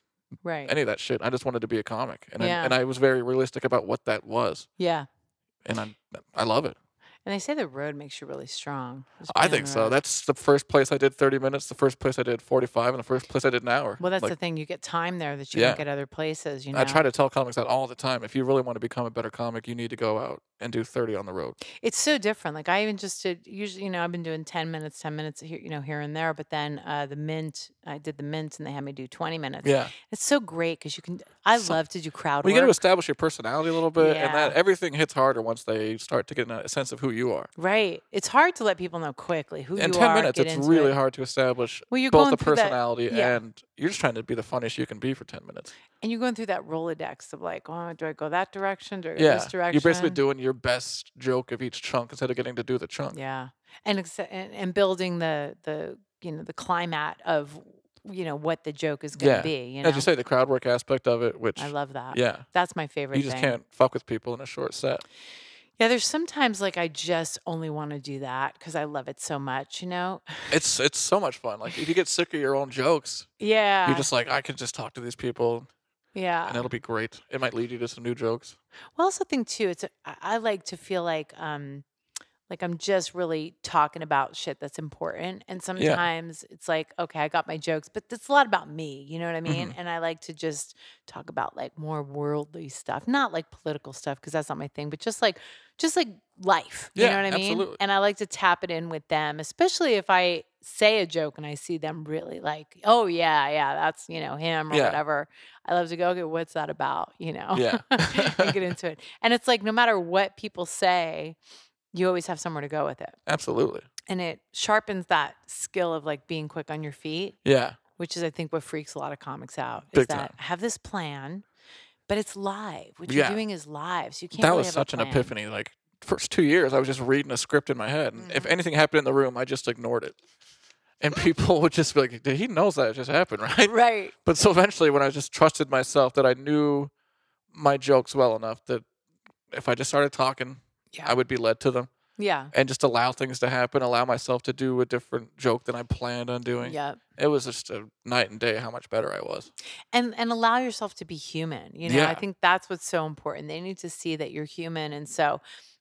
Speaker 1: right.
Speaker 4: any of that shit. I just wanted to be a comic, and
Speaker 1: Yeah.
Speaker 4: I, and I was very realistic about what that was,
Speaker 1: yeah.
Speaker 4: and I I love it.
Speaker 1: And they say the road makes you really strong. just
Speaker 4: I
Speaker 1: being on
Speaker 4: think
Speaker 1: the
Speaker 4: so.
Speaker 1: road.
Speaker 4: That's the first place I did 30 minutes, the first place I did 45, and the first place I did an hour.
Speaker 1: well, that's
Speaker 4: Like,
Speaker 1: the thing. You get time there that you
Speaker 4: Yeah.
Speaker 1: don't get other places. You know,
Speaker 4: I try to tell comics that all the time. If you really want to become a better comic, you need to go out and do 30 on the road.
Speaker 1: it's so different. Like I even just did usually, you know, I've been doing ten minutes, ten minutes here, you know, here and there. But then uh, the mint, I did the mint, and they had me do twenty minutes.
Speaker 4: Yeah.
Speaker 1: It's so great because you can. I love to do crowd
Speaker 4: Well, you
Speaker 1: work.
Speaker 4: got to establish your personality a little bit, and that
Speaker 1: Yeah.
Speaker 4: everything hits harder once they start to get a sense of who you are.
Speaker 1: right. It's hard to let people know quickly who
Speaker 4: In
Speaker 1: you
Speaker 4: 10
Speaker 1: are.
Speaker 4: minutes,
Speaker 1: get
Speaker 4: it's
Speaker 1: into
Speaker 4: really
Speaker 1: it.
Speaker 4: hard to establish
Speaker 1: Well, you're
Speaker 4: both
Speaker 1: going
Speaker 4: the
Speaker 1: through that-
Speaker 4: personality
Speaker 1: yeah.
Speaker 4: and you're just trying to be the funniest you can be for 10 minutes.
Speaker 1: And you're going through that Rolodex of like, oh, do I go that direction? Do I go
Speaker 4: yeah,
Speaker 1: this direction?
Speaker 4: you're basically doing your best joke of each chunk instead of getting to do the chunk.
Speaker 1: Yeah, and ex- and, and building the the you know the climax of you know what the joke is going to
Speaker 4: Yeah.
Speaker 1: be. You know,
Speaker 4: As you say, the crowd work aspect of it, which
Speaker 1: I love that.
Speaker 4: yeah,
Speaker 1: that's my favorite.
Speaker 4: you just
Speaker 1: thing.
Speaker 4: can't fuck with people in a short set.
Speaker 1: Yeah, there's sometimes like I just only want to do that because I love it so much. You know.
Speaker 4: It's it's so much fun. Like if you get sick of your own jokes,
Speaker 1: Yeah.
Speaker 4: you're just like, I can just talk to these people,
Speaker 1: yeah.
Speaker 4: and it'll be great. It might lead you to some new jokes.
Speaker 1: Well, I also think too, it's I I like to feel like um like I'm just really talking about shit that's important. And sometimes it's like, okay, I got my jokes, but it's a lot about me. You know what I mean?
Speaker 4: Mm-hmm.
Speaker 1: And I like to just talk about like more worldly stuff, not like political stuff, because that's not my thing, but just like just like life. You
Speaker 4: Yeah,
Speaker 1: know what I mean?
Speaker 4: absolutely.
Speaker 1: And I like to tap it in with them, especially if I say a joke and I see them really like, oh yeah, yeah, that's you know him or
Speaker 4: Yeah.
Speaker 1: whatever. I love to go, okay, what's that about? You know?
Speaker 4: Yeah.
Speaker 1: and get into it. And it's like no matter what people say, you always have somewhere to go with it.
Speaker 4: Absolutely.
Speaker 1: And it sharpens that skill of like being quick on your feet,
Speaker 4: Yeah.
Speaker 1: which is I think what freaks a lot of comics out. Is
Speaker 4: Big
Speaker 1: that
Speaker 4: time.
Speaker 1: I have this plan, but it's live. What
Speaker 4: Yeah.
Speaker 1: you're doing is live. So you can't
Speaker 4: that
Speaker 1: really
Speaker 4: was
Speaker 1: have a
Speaker 4: such an
Speaker 1: plan.
Speaker 4: epiphany. Like first two years, I was just reading a script in my head, and
Speaker 1: Mm.
Speaker 4: if anything happened in the room, I just ignored it. And people would just be like, "Dude, "He knows that just happened, right?"
Speaker 1: Right.
Speaker 4: But so eventually, when I just trusted myself that I knew my jokes well enough that if I just started talking,
Speaker 1: Yeah.
Speaker 4: I would be led to them
Speaker 1: Yeah.
Speaker 4: and just allow things to happen, allow myself to do a different joke than I planned on doing.
Speaker 1: Yeah.
Speaker 4: It was just a night and day how much better I was.
Speaker 1: and and allow yourself to be human you know
Speaker 4: Yeah.
Speaker 1: i think that's what's so important they need to see that you're human and so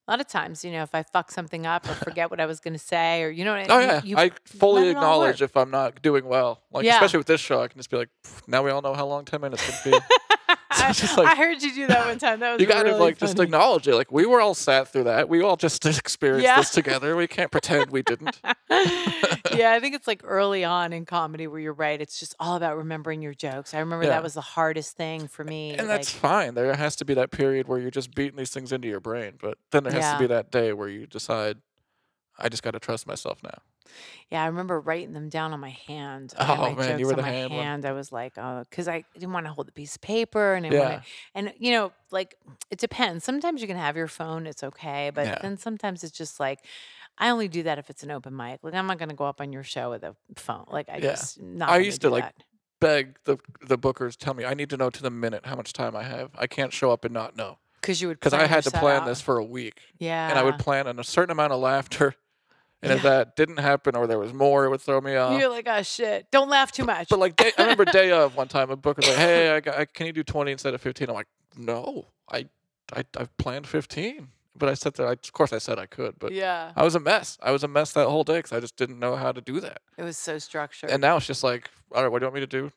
Speaker 1: a lot of times you know if i fuck something up or forget what i was going to say or you know what
Speaker 4: Oh
Speaker 1: mean?
Speaker 4: yeah,
Speaker 1: You-
Speaker 4: I
Speaker 1: let
Speaker 4: fully
Speaker 1: it all
Speaker 4: acknowledge
Speaker 1: work.
Speaker 4: if I'm not doing well. Like
Speaker 1: Yeah.
Speaker 4: especially with this show, I can just be like, "Pff, now we all know how long ten minutes would be. So
Speaker 1: I,
Speaker 4: it's just like-
Speaker 1: I heard you do that one time that was
Speaker 4: you got to
Speaker 1: really
Speaker 4: like
Speaker 1: funny.
Speaker 4: just acknowledge it. Like we were all sat through that. We all just experienced
Speaker 1: Yeah.
Speaker 4: this together. We can't pretend we didn't.
Speaker 1: yeah, I think it's like early on in comedy where you're right. It's just all about remembering your jokes. I remember
Speaker 4: Yeah.
Speaker 1: that was the hardest thing for me.
Speaker 4: And that's
Speaker 1: like,
Speaker 4: fine. There has to be that period where you're just beating these things into your brain, but then there has
Speaker 1: Yeah.
Speaker 4: to be that day where you decide, I just got to trust myself now.
Speaker 1: Yeah, I remember writing them down on my hand. I had
Speaker 4: Oh,
Speaker 1: my
Speaker 4: man,
Speaker 1: jokes
Speaker 4: you were
Speaker 1: on
Speaker 4: the
Speaker 1: my
Speaker 4: hand one.
Speaker 1: I was like, oh, because I didn't want to hold the piece of paper, and I yeah.
Speaker 4: Yeah.
Speaker 1: and you know, like it depends. Sometimes you can have your phone, it's okay, but
Speaker 4: Yeah.
Speaker 1: then sometimes it's just like, I only do that if it's an open mic. Like I'm not gonna go up on your show with a phone. Like I
Speaker 4: Yeah.
Speaker 1: just not.
Speaker 4: I
Speaker 1: gonna
Speaker 4: used to,
Speaker 1: do
Speaker 4: like,
Speaker 1: that.
Speaker 4: Beg the the bookers, tell me I need to know to the minute how much time I have. I can't show up and not know
Speaker 1: because you would
Speaker 4: because I
Speaker 1: plan your
Speaker 4: had to
Speaker 1: set
Speaker 4: plan
Speaker 1: out.
Speaker 4: this for a week,
Speaker 1: Yeah,
Speaker 4: and I would plan on a certain amount of laughter. And if
Speaker 1: Uh-huh. Yeah.
Speaker 4: that didn't happen or there was more, it would throw me off.
Speaker 1: You're like, oh shit, don't laugh too much.
Speaker 4: But like, day, I remember day of one time, a booker's like, "Hey, I got, I, can you do 20 instead of 15?" I'm like, "No, I, I, I've planned 15." But I said that. I, of course, I said I could, but
Speaker 1: yeah,
Speaker 4: I was a mess. I was a mess that whole day because I just didn't know how to do that.
Speaker 1: it was so structured.
Speaker 4: And now it's just like, all right, what do you want me to do?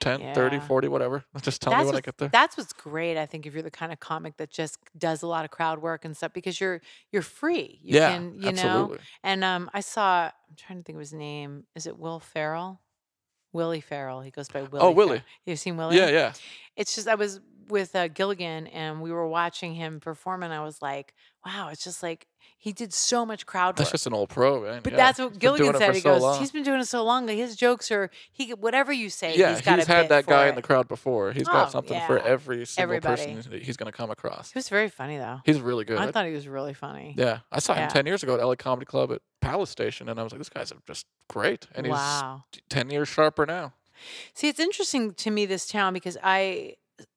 Speaker 4: 10, 30,
Speaker 1: Yeah.
Speaker 4: 40, whatever. Just tell me when I
Speaker 1: what's-
Speaker 4: get there.
Speaker 1: That's what's great. I think if you're the kind of comic that just does a lot of crowd work and stuff, because you're you're free. You
Speaker 4: yeah,
Speaker 1: can, you know.
Speaker 4: absolutely.
Speaker 1: And um, I saw. I'm trying to think of his name. Is it Will Farrell? Willie Farrell. He goes by Willie.
Speaker 4: Oh, Willie.
Speaker 1: You've seen Willie?
Speaker 4: Yeah, yeah.
Speaker 1: It's just I was with uh, Gilligan and we were watching him perform, and I was like, wow, it's just like he did so much crowd work.
Speaker 4: That's just an old pro, man.
Speaker 1: but
Speaker 4: Yeah,
Speaker 1: that's what
Speaker 4: he's been doing
Speaker 1: Gilligan
Speaker 4: it
Speaker 1: said.
Speaker 4: for
Speaker 1: He
Speaker 4: so
Speaker 1: goes,
Speaker 4: long.
Speaker 1: he's been doing it so long. Like his jokes are he could- whatever you say.
Speaker 4: yeah,
Speaker 1: he's got a
Speaker 4: had
Speaker 1: bit
Speaker 4: that
Speaker 1: for
Speaker 4: guy
Speaker 1: it.
Speaker 4: in the crowd before. He's got
Speaker 1: Oh,
Speaker 4: something for
Speaker 1: yeah.
Speaker 4: every single
Speaker 1: Everybody.
Speaker 4: person that he's going to come across.
Speaker 1: He was very funny though.
Speaker 4: He's really good.
Speaker 1: I thought he was really funny.
Speaker 4: yeah, I saw
Speaker 1: Yeah.
Speaker 4: him ten years ago at LA Comedy Club at Palace Station, and I was like, this guy's just great, and he's
Speaker 1: wow.
Speaker 4: ten years sharper now.
Speaker 1: See, it's interesting to me this town because I,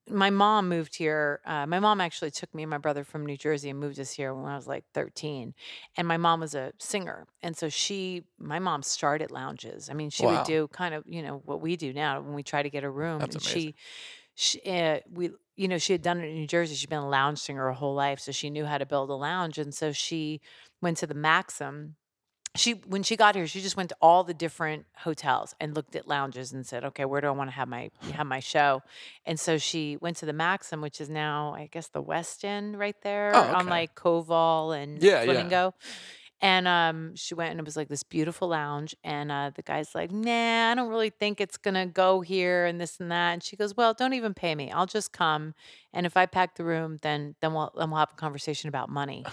Speaker 1: my mom moved here. Uh, my mom actually took me and my brother from New Jersey and moved us here when I was like 13. And my mom was a singer, and so she, my mom started lounges. I mean, she
Speaker 4: Wow.
Speaker 1: would do kind of you know what we do now when we try to get a room.
Speaker 4: That's
Speaker 1: and
Speaker 4: amazing.
Speaker 1: She, she uh, we. You know, she had done it in New Jersey. She'd been a lounge singer her whole life, so she knew how to build a lounge. And so she went to the Maxim, she when she got here, she just went to all the different hotels and looked at lounges and said, "Okay, where do I want to have my have my show?" And so she went to the Maxim, which is now I guess the West End right there
Speaker 4: Oh,
Speaker 1: on
Speaker 4: okay.
Speaker 1: like Koval and
Speaker 4: Yeah, yeah.
Speaker 1: Flamingo. And um, she went and it was like this beautiful lounge. And uh, the guy's like, "Nah, I don't really think it's gonna go here and this and that." And she goes, "Well, don't even pay me. I'll just come, and if I pack the room, then then we'll then we'll have a conversation about money."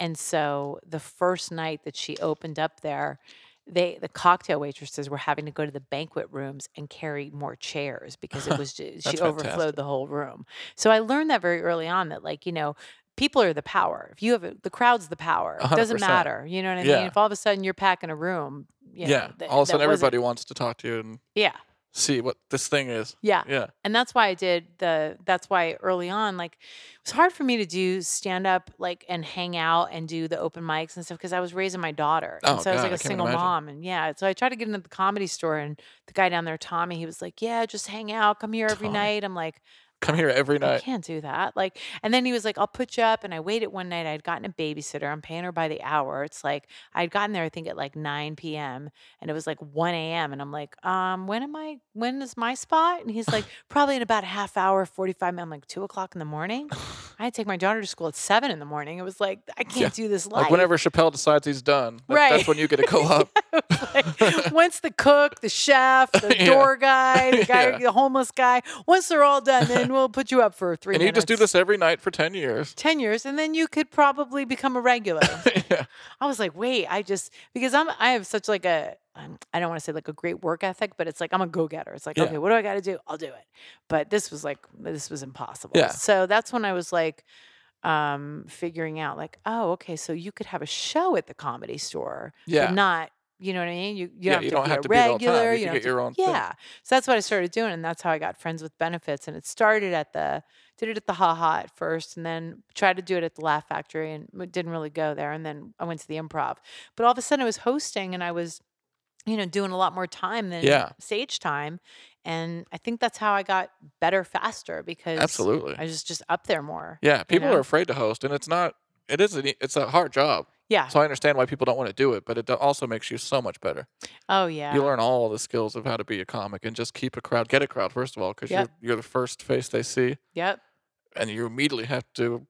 Speaker 1: And so the first night that she opened up there, they the cocktail waitresses were having to go to the banquet rooms and carry more chairs because it was ju- she
Speaker 4: That's
Speaker 1: overflowed
Speaker 4: fantastic.
Speaker 1: the whole room. So I learned that very early on that like, you know, people are the power. If you have a, the crowd's the power. It doesn't
Speaker 4: 100%.
Speaker 1: matter. You know what I mean?
Speaker 4: Yeah.
Speaker 1: If all of a sudden you're packing a room, you know,
Speaker 4: yeah,
Speaker 1: that-
Speaker 4: all of a
Speaker 1: that
Speaker 4: sudden
Speaker 1: wasn't-
Speaker 4: everybody wants to talk to you and
Speaker 1: Yeah.
Speaker 4: see what this thing is.
Speaker 1: Yeah.
Speaker 4: Yeah,
Speaker 1: And that's why I did the that's why early on like it was hard for me to do stand up like and hang out and do the open mics and stuff because I was raising my daughter. and
Speaker 4: Oh,
Speaker 1: so I was
Speaker 4: God,
Speaker 1: like
Speaker 4: I
Speaker 1: a
Speaker 4: can't
Speaker 1: single
Speaker 4: imagine.
Speaker 1: mom and yeah, so I tried to get into the comedy store and the guy down there Tommy he was like, "Yeah, just hang out, come here every
Speaker 4: Tommy.
Speaker 1: night." I'm like,
Speaker 4: come here
Speaker 1: I
Speaker 4: every night.
Speaker 1: can't do that. Like, and then he was like, I'll put you up. And I waited one night. I had gotten a babysitter. I'm paying her by the hour. It's like, I'd gotten there, I think, at like 9 p.m. and it was like 1 a.m. And I'm like, um, when am I, when is my spot? And he's like, probably in about a half hour, 45 minutes. I'm like, two o'clock in the morning. I had to take my daughter to school at seven in the morning. It was like, I can't do this live.
Speaker 4: Like whenever Chappelle decides he's done, that-
Speaker 1: Right.
Speaker 4: that's when you get to go up.
Speaker 1: like, once the cook, the chef, the
Speaker 4: Yeah.
Speaker 1: door guy, the guy,
Speaker 4: Yeah.
Speaker 1: the homeless guy, once they're all done, then we'll put you up for three
Speaker 4: and you just do
Speaker 1: minutes."
Speaker 4: this every night for 10 years.
Speaker 1: 10 years and then you could probably become a regular
Speaker 4: yeah.
Speaker 1: i was like wait i just because i'm i have such like a um, i don't want to say like a great work ethic but it's like i'm a go-getter it's like
Speaker 4: Yeah.
Speaker 1: okay what do i got to do i'll do it but this was like this was impossible
Speaker 4: Yeah.
Speaker 1: so that's when i was like um figuring out like oh okay so you could have a show at the comedy store
Speaker 4: Yeah.
Speaker 1: but not you know what i mean you, you
Speaker 4: Yeah,
Speaker 1: don't have
Speaker 4: you
Speaker 1: to
Speaker 4: don't
Speaker 1: be a
Speaker 4: have to be there all the time.
Speaker 1: regular don't
Speaker 4: You can
Speaker 1: have
Speaker 4: get your own thing.
Speaker 1: yeah so that's what I started doing, and that's how I got friends with benefits. And it started at the did it at the Ha Ha at first, and then tried to do it at the Laugh Factory, and it didn't really go there. And then I went to the Improv, but all of a sudden I was hosting, and I was, you know, doing a lot more time than
Speaker 4: Yeah.
Speaker 1: stage time, and I think that's how I got better faster because
Speaker 4: Absolutely.
Speaker 1: I was just just up there more.
Speaker 4: Yeah. People
Speaker 1: know?
Speaker 4: are afraid to host, and it's not, it is, an, e- it's a hard job.
Speaker 1: Yeah.
Speaker 4: So I understand why people don't want to do it, but it do- also makes you so much better.
Speaker 1: Oh yeah.
Speaker 4: You learn all the skills of how to be a comic and just keep a crowd, get a crowd, first of all, because
Speaker 1: Yep.
Speaker 4: you're, you're the first face they see,
Speaker 1: Yep.
Speaker 4: and you immediately have to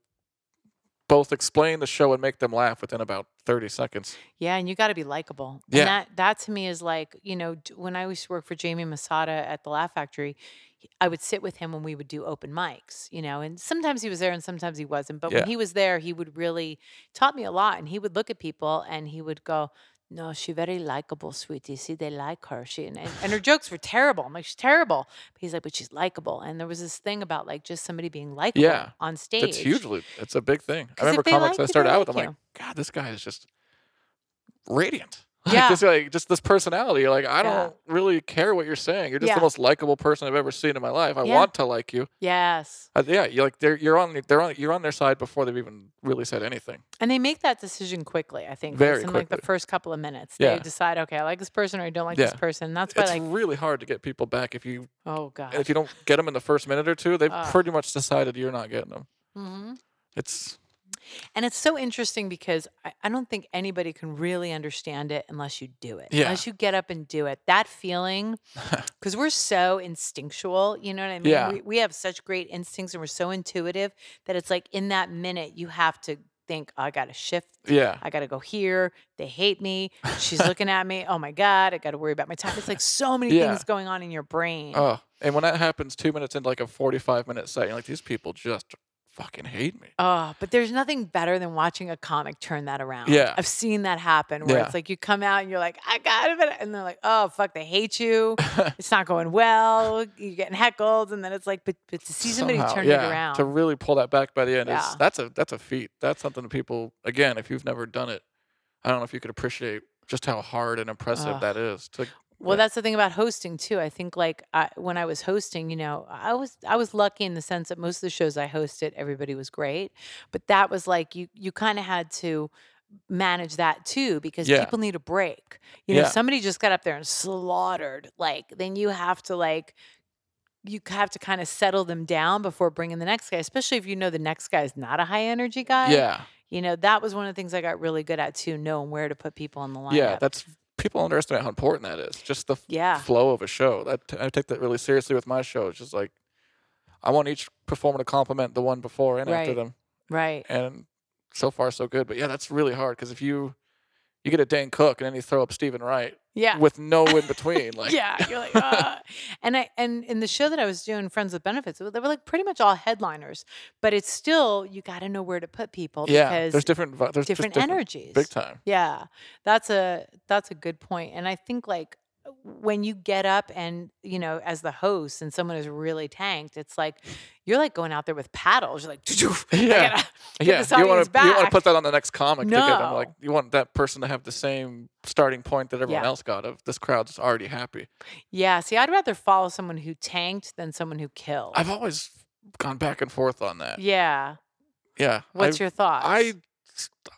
Speaker 4: both explain the show and make them laugh within about 30 seconds.
Speaker 1: Yeah, and you got to be likable.
Speaker 4: Yeah.
Speaker 1: And that that to me is like, you know, d- when I used to work for Jamie Masada at the Laugh Factory, he- I would sit with him when we would do open mics, you know, and sometimes he was there and sometimes he wasn't. But
Speaker 4: Yeah.
Speaker 1: when he was there, he would really taught me a lot and he would look at people and he would go, no, she very likable, sweetie. See, they like her. She and, and and her jokes were terrible. I'm like, she's terrible. But he's like, but she's likable. And there was this thing about like just somebody being likable
Speaker 4: Yeah.
Speaker 1: on stage.
Speaker 4: It's hugely, it's a big thing.
Speaker 1: 'Cause
Speaker 4: I
Speaker 1: if
Speaker 4: remember
Speaker 1: they
Speaker 4: comics
Speaker 1: like you,
Speaker 4: I
Speaker 1: they
Speaker 4: started out with, I'm
Speaker 1: like
Speaker 4: like, God, this guy is just radiant.
Speaker 1: Yeah.
Speaker 4: Like, just like just this personality. You're like, I
Speaker 1: Yeah.
Speaker 4: don't really care what you're saying. You're just
Speaker 1: Yeah.
Speaker 4: the most likable person I've ever seen in my life. I
Speaker 1: Yeah.
Speaker 4: want to like you.
Speaker 1: Yes.
Speaker 4: Uh, yeah, you're like they're you're on they're on you're on their side before they've even really said anything.
Speaker 1: And they make that decision quickly, I think.
Speaker 4: Very
Speaker 1: in like the
Speaker 4: quickly.
Speaker 1: first couple of minutes.
Speaker 4: Yeah.
Speaker 1: They decide, okay, I like this person or I don't like this
Speaker 4: Yeah.
Speaker 1: person. That's why
Speaker 4: It's
Speaker 1: like
Speaker 4: really hard to get people back if you
Speaker 1: oh god.
Speaker 4: if you don't get them in the first minute or two. They've
Speaker 1: Ah.
Speaker 4: pretty much decided you're not getting them.
Speaker 1: hmm
Speaker 4: It's
Speaker 1: And it's so interesting because I, I don't think anybody can really understand it unless you do it.
Speaker 4: Yeah.
Speaker 1: Unless you get up and do it. That feeling, because we're so instinctual, you know what I mean?
Speaker 4: Yeah.
Speaker 1: We, we have such great instincts and we're so intuitive that it's like in that minute you have to think "Oh, I got to shift.
Speaker 4: Yeah.
Speaker 1: I got to go here. They hate me. She's looking at me. Oh my God. I got to worry about my time. It's like so many
Speaker 4: Yeah.
Speaker 1: things going on in your brain.
Speaker 4: Oh, and when that happens, two minutes into like a forty-five minute set, you're like, these people just fucking hate me.
Speaker 1: Oh, but there's nothing better than watching a comic turn that around.
Speaker 4: Yeah.
Speaker 1: I've seen that happen where
Speaker 4: Yeah.
Speaker 1: it's like you come out and you're like, I got it. And they're like, oh, fuck, they hate you. it's not going well. You're getting heckled. And then it's like, but, but to see somebody
Speaker 4: Somehow,
Speaker 1: turn
Speaker 4: yeah,
Speaker 1: it around.
Speaker 4: to really pull that back by the end
Speaker 1: Yeah.
Speaker 4: is that's a that's a feat. That's something that people again, if you've never done it, I don't know if you could appreciate just how hard and impressive
Speaker 1: Ugh.
Speaker 4: that is. To
Speaker 1: Well,
Speaker 4: Yeah.
Speaker 1: that's the thing about hosting too. I think like I, when I was hosting, you know, I was I was lucky in the sense that most of the shows I hosted, everybody was great, but that was like you you kind of had to manage that too because
Speaker 4: Yeah.
Speaker 1: people need a break. You know,
Speaker 4: Yeah.
Speaker 1: if somebody just got up there and slaughtered. Like then you have to like you have to kind of settle them down before bringing the next guy, especially if you know the next guy is not a high energy guy.
Speaker 4: yeah,
Speaker 1: You know, that was one of the things I got really good at too, knowing where to put people on the lineup.
Speaker 4: yeah, that's people underestimate how important that is. Just the f-
Speaker 1: Yeah.
Speaker 4: flow of a show. That I take that really seriously with my show. It's just like I want each performer to compliment the one before and after
Speaker 1: Right.
Speaker 4: them.
Speaker 1: right.
Speaker 4: and so far so good. But yeah, that's really hard because if you you get a Dane Cook and then you throw up Stephen Wright
Speaker 1: Yeah.
Speaker 4: with no in between, like
Speaker 1: yeah, you're like, uh. and I and in the show that I was doing, Friends with Benefits, they were like pretty much all headliners, but it's still you got to know where to put people
Speaker 4: yeah, there's
Speaker 1: because
Speaker 4: different vi- there's just
Speaker 1: different, energies.
Speaker 4: big time.
Speaker 1: Yeah, that's a that's a good point, and I think like when you get up and you know as the host and someone is really tanked, it's like you're like going out there with paddles. You're like, I
Speaker 4: Yeah.
Speaker 1: gotta get
Speaker 4: yeah,
Speaker 1: this
Speaker 4: you wanna-
Speaker 1: audience
Speaker 4: you want to
Speaker 1: back.
Speaker 4: put that on the next comic to get them like
Speaker 1: No.
Speaker 4: you want that person to have the same starting point that everyone
Speaker 1: Yeah.
Speaker 4: else got of this crowd's already happy.
Speaker 1: yeah. See, I'd rather follow someone who tanked than someone who killed.
Speaker 4: I've always gone back and forth on that.
Speaker 1: yeah.
Speaker 4: Yeah,
Speaker 1: What's
Speaker 4: I,
Speaker 1: your thoughts?
Speaker 4: I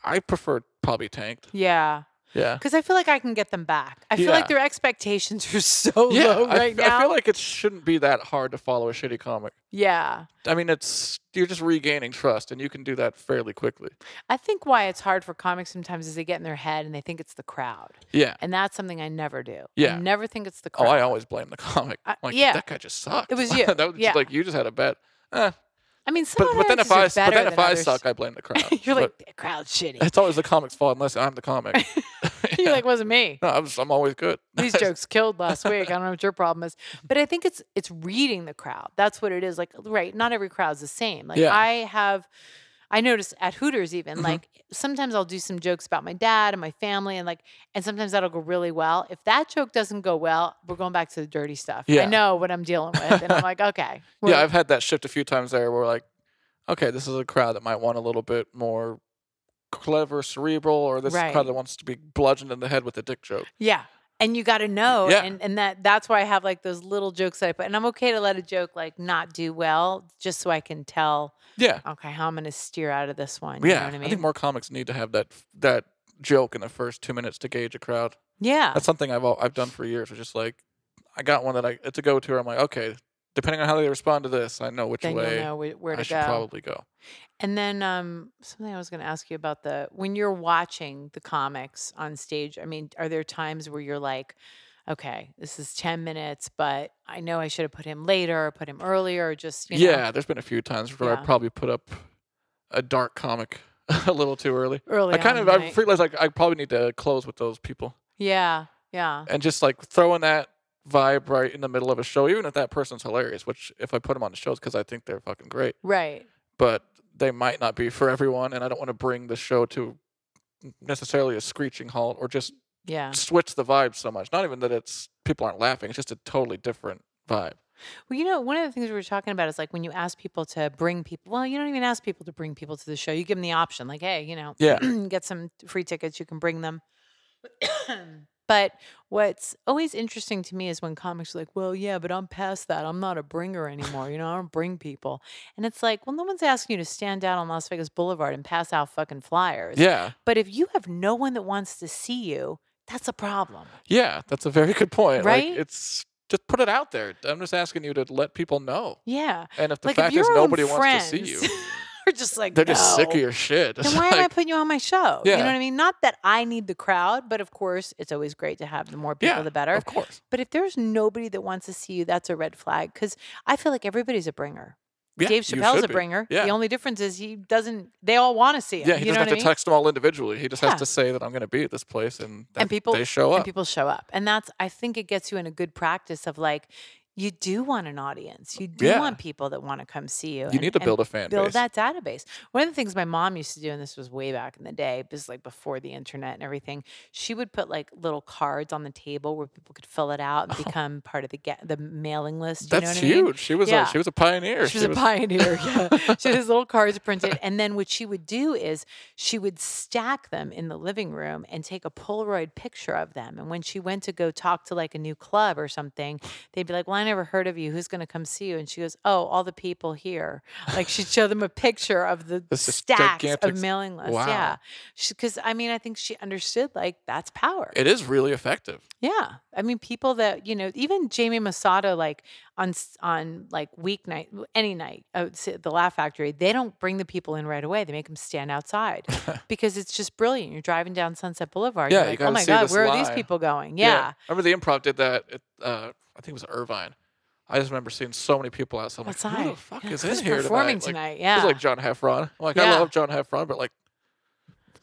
Speaker 4: I prefer probably tanked.
Speaker 1: yeah.
Speaker 4: Yeah.
Speaker 1: Because I feel like I can get them back. I feel
Speaker 4: Yeah.
Speaker 1: like their expectations are so
Speaker 4: Yeah,
Speaker 1: low
Speaker 4: I
Speaker 1: right
Speaker 4: f-
Speaker 1: now.
Speaker 4: I feel like it shouldn't be that hard to follow a shitty comic.
Speaker 1: yeah.
Speaker 4: I mean, it's you're just regaining trust, and you can do that fairly quickly.
Speaker 1: I think why it's hard for comics sometimes is they get in their head and they think it's the crowd.
Speaker 4: Yeah.
Speaker 1: And that's something I never do.
Speaker 4: Yeah.
Speaker 1: I never think it's the
Speaker 4: Oh,
Speaker 1: crowd.
Speaker 4: I always blame the comic.
Speaker 1: I-
Speaker 4: like,
Speaker 1: yeah.
Speaker 4: that guy just sucked.
Speaker 1: It was you.
Speaker 4: that was
Speaker 1: Yeah.
Speaker 4: just like you just had a bet. Eh,
Speaker 1: I mean, some
Speaker 4: but but then if I
Speaker 1: audiences are
Speaker 4: but then
Speaker 1: better
Speaker 4: if
Speaker 1: than
Speaker 4: I
Speaker 1: others.
Speaker 4: suck, I blame the crowd.
Speaker 1: You're
Speaker 4: But
Speaker 1: like, the crowd's shitty.
Speaker 4: it's always the comic's fault unless I'm the comic.
Speaker 1: You're
Speaker 4: Yeah.
Speaker 1: like, wasn't me.
Speaker 4: no, I'm, just- I'm always good.
Speaker 1: These jokes killed last week. I don't know what your problem is, but I think it's it's reading the crowd. That's what it is. Like, right? Not every crowd's the same. Like,
Speaker 4: Yeah. Mm-hmm.
Speaker 1: I have, I notice at Hooters even like sometimes I'll do some jokes about my dad and my family, and like, and sometimes that'll go really well. If that joke doesn't go well, we're going back to the dirty stuff. I
Speaker 4: Yeah.
Speaker 1: know what I'm dealing with, and I'm like, okay, we're-
Speaker 4: yeah, I've had that shift a few times there where like, okay, this is a crowd that might want a little bit more clever, cerebral, or this is a
Speaker 1: Right.
Speaker 4: crowd that wants to be bludgeoned in the head with a dick joke.
Speaker 1: Yeah. And you got to know,
Speaker 4: Yeah.
Speaker 1: and, and that that's why I have like those little jokes that I put, and I'm okay to let a joke like not do well, just so I can tell
Speaker 4: Yeah.
Speaker 1: okay, how I'm gonna steer out of this one.
Speaker 4: yeah,
Speaker 1: you know what I mean?
Speaker 4: think more comics need to have that that joke in the first two minutes to gauge a crowd.
Speaker 1: yeah,
Speaker 4: That's something I've al- I've done for years. It's just like I got one that I it's a go to. I'm like, okay, depending on how they respond to this, I know which
Speaker 1: then
Speaker 4: way
Speaker 1: you'll know wh- where
Speaker 4: I
Speaker 1: to
Speaker 4: should
Speaker 1: go.
Speaker 4: probably go.
Speaker 1: and then um, something I was gonna ask you about the when you're watching the comics on stage. I mean, are there times where you're like, okay, this is ten minutes, but I know I should have put him later or put him earlier, or just you know,
Speaker 4: yeah, there's been a few times where
Speaker 1: Yeah.
Speaker 4: I probably put up a dark comic a little too early.
Speaker 1: early.
Speaker 4: I kind
Speaker 1: Oh, on in
Speaker 4: of
Speaker 1: the
Speaker 4: I
Speaker 1: night.
Speaker 4: realized like I probably need to close with those people
Speaker 1: yeah, yeah,
Speaker 4: and just like throwing that vibe right in the middle of a show, even if that person's hilarious. Which if I put them on the shows because I think they're fucking great.
Speaker 1: right.
Speaker 4: but they might not be for everyone and i don't want to bring the show to necessarily a screeching halt or just
Speaker 1: Yeah.
Speaker 4: switch the vibe so much not even that it's people aren't laughing it's just a totally different vibe
Speaker 1: Well, you know, one of the things we were talking about is like when you ask people to bring people. Well, you don't even ask people to bring people to the show. You give them the option, like, hey, you know,
Speaker 4: Yeah.
Speaker 1: get some free tickets. You can bring them. but what's always interesting to me is when comics are like, well, yeah, but I'm past that. I'm not a bringer anymore. You know, I don't bring people. And it's like, well, no one's asking you to stand out on Las Vegas Boulevard and pass out fucking flyers.
Speaker 4: yeah
Speaker 1: But if you have no one that wants to see you, that's a problem.
Speaker 4: yeah that's a very good point
Speaker 1: Right?
Speaker 4: like it's just put it out there i'm just asking you to let people know
Speaker 1: Yeah.
Speaker 4: and if the
Speaker 1: like
Speaker 4: fact
Speaker 1: if your
Speaker 4: is
Speaker 1: own
Speaker 4: nobody wants
Speaker 1: friends
Speaker 4: to see you
Speaker 1: are just like
Speaker 4: they're just sick
Speaker 1: "No."
Speaker 4: of your shit It's
Speaker 1: Then why am I
Speaker 4: like-
Speaker 1: putting you on my show? You
Speaker 4: Yeah.
Speaker 1: know what I mean? Not that I need the crowd, but of course, it's always great to have the more people,
Speaker 4: yeah
Speaker 1: the better.
Speaker 4: of course
Speaker 1: But if there's nobody that wants to see you, that's a red flag because I feel like everybody's a bringer.
Speaker 4: Yeah,
Speaker 1: Dave
Speaker 4: you
Speaker 1: Chappelle's
Speaker 4: should
Speaker 1: a
Speaker 4: be.
Speaker 1: bringer.
Speaker 4: Yeah.
Speaker 1: The only difference is he doesn't. They all want to see him.
Speaker 4: yeah, he
Speaker 1: you know
Speaker 4: doesn't have
Speaker 1: what I
Speaker 4: to
Speaker 1: mean?
Speaker 4: text them all individually. He just
Speaker 1: Yeah.
Speaker 4: has to say that I'm going to be at this place, and, that
Speaker 1: and people
Speaker 4: they show
Speaker 1: And
Speaker 4: up.
Speaker 1: people show up, and that's. I think it gets you in a good practice of like, you do want an audience. You do
Speaker 4: Yeah.
Speaker 1: want people that want to come see you.
Speaker 4: You need to build a fan
Speaker 1: build
Speaker 4: base.
Speaker 1: that database. One of the things my mom used to do, and this was way back in the day, this is like before the internet and everything. She would put like little cards on the table where people could fill it out and become part of the get the mailing list. you know
Speaker 4: That's
Speaker 1: what I mean?
Speaker 4: huge. She was
Speaker 1: Yeah.
Speaker 4: a, she was a pioneer.
Speaker 1: She was a pioneer. Yeah. she had these little cards printed. And then what she would do is she would stack them in the living room and take a Polaroid picture of them. And when she went to go talk to like a new club or something, they'd be like, Well, I never heard of you. Who's going to come see you? And she goes, Oh, all the people here. Like she'd show them a picture of the
Speaker 4: This is
Speaker 1: stacks
Speaker 4: gigantic
Speaker 1: of
Speaker 4: s-
Speaker 1: mailing lists.
Speaker 4: Wow.
Speaker 1: Yeah. Because I mean, I think she understood like that's power.
Speaker 4: It is really effective.
Speaker 1: Yeah, I mean, people that you know, even Jamie Masato, like on s- on like weeknight, w- any night, I would say at the Laugh Factory, they don't bring the people in right away. They make them stand outside because it's just brilliant. You're driving down Sunset Boulevard.
Speaker 4: Yeah,
Speaker 1: you're
Speaker 4: you
Speaker 1: like, oh
Speaker 4: gotta
Speaker 1: my
Speaker 4: see
Speaker 1: god,
Speaker 4: this
Speaker 1: where are these
Speaker 4: lie."
Speaker 1: people going? Yeah,
Speaker 4: Remember the improv did that at, uh, I think it was Irvine. I just remember seeing so many people outside. I'm like, who
Speaker 1: Outside.
Speaker 4: the fuck
Speaker 1: Yeah,
Speaker 4: is
Speaker 1: who's
Speaker 4: in here
Speaker 1: performing
Speaker 4: tonight? Like,
Speaker 1: tonight?
Speaker 4: It's
Speaker 1: Yeah.
Speaker 4: like John Heffron. I'm like,
Speaker 1: Yeah.
Speaker 4: I love John Heffron, but like,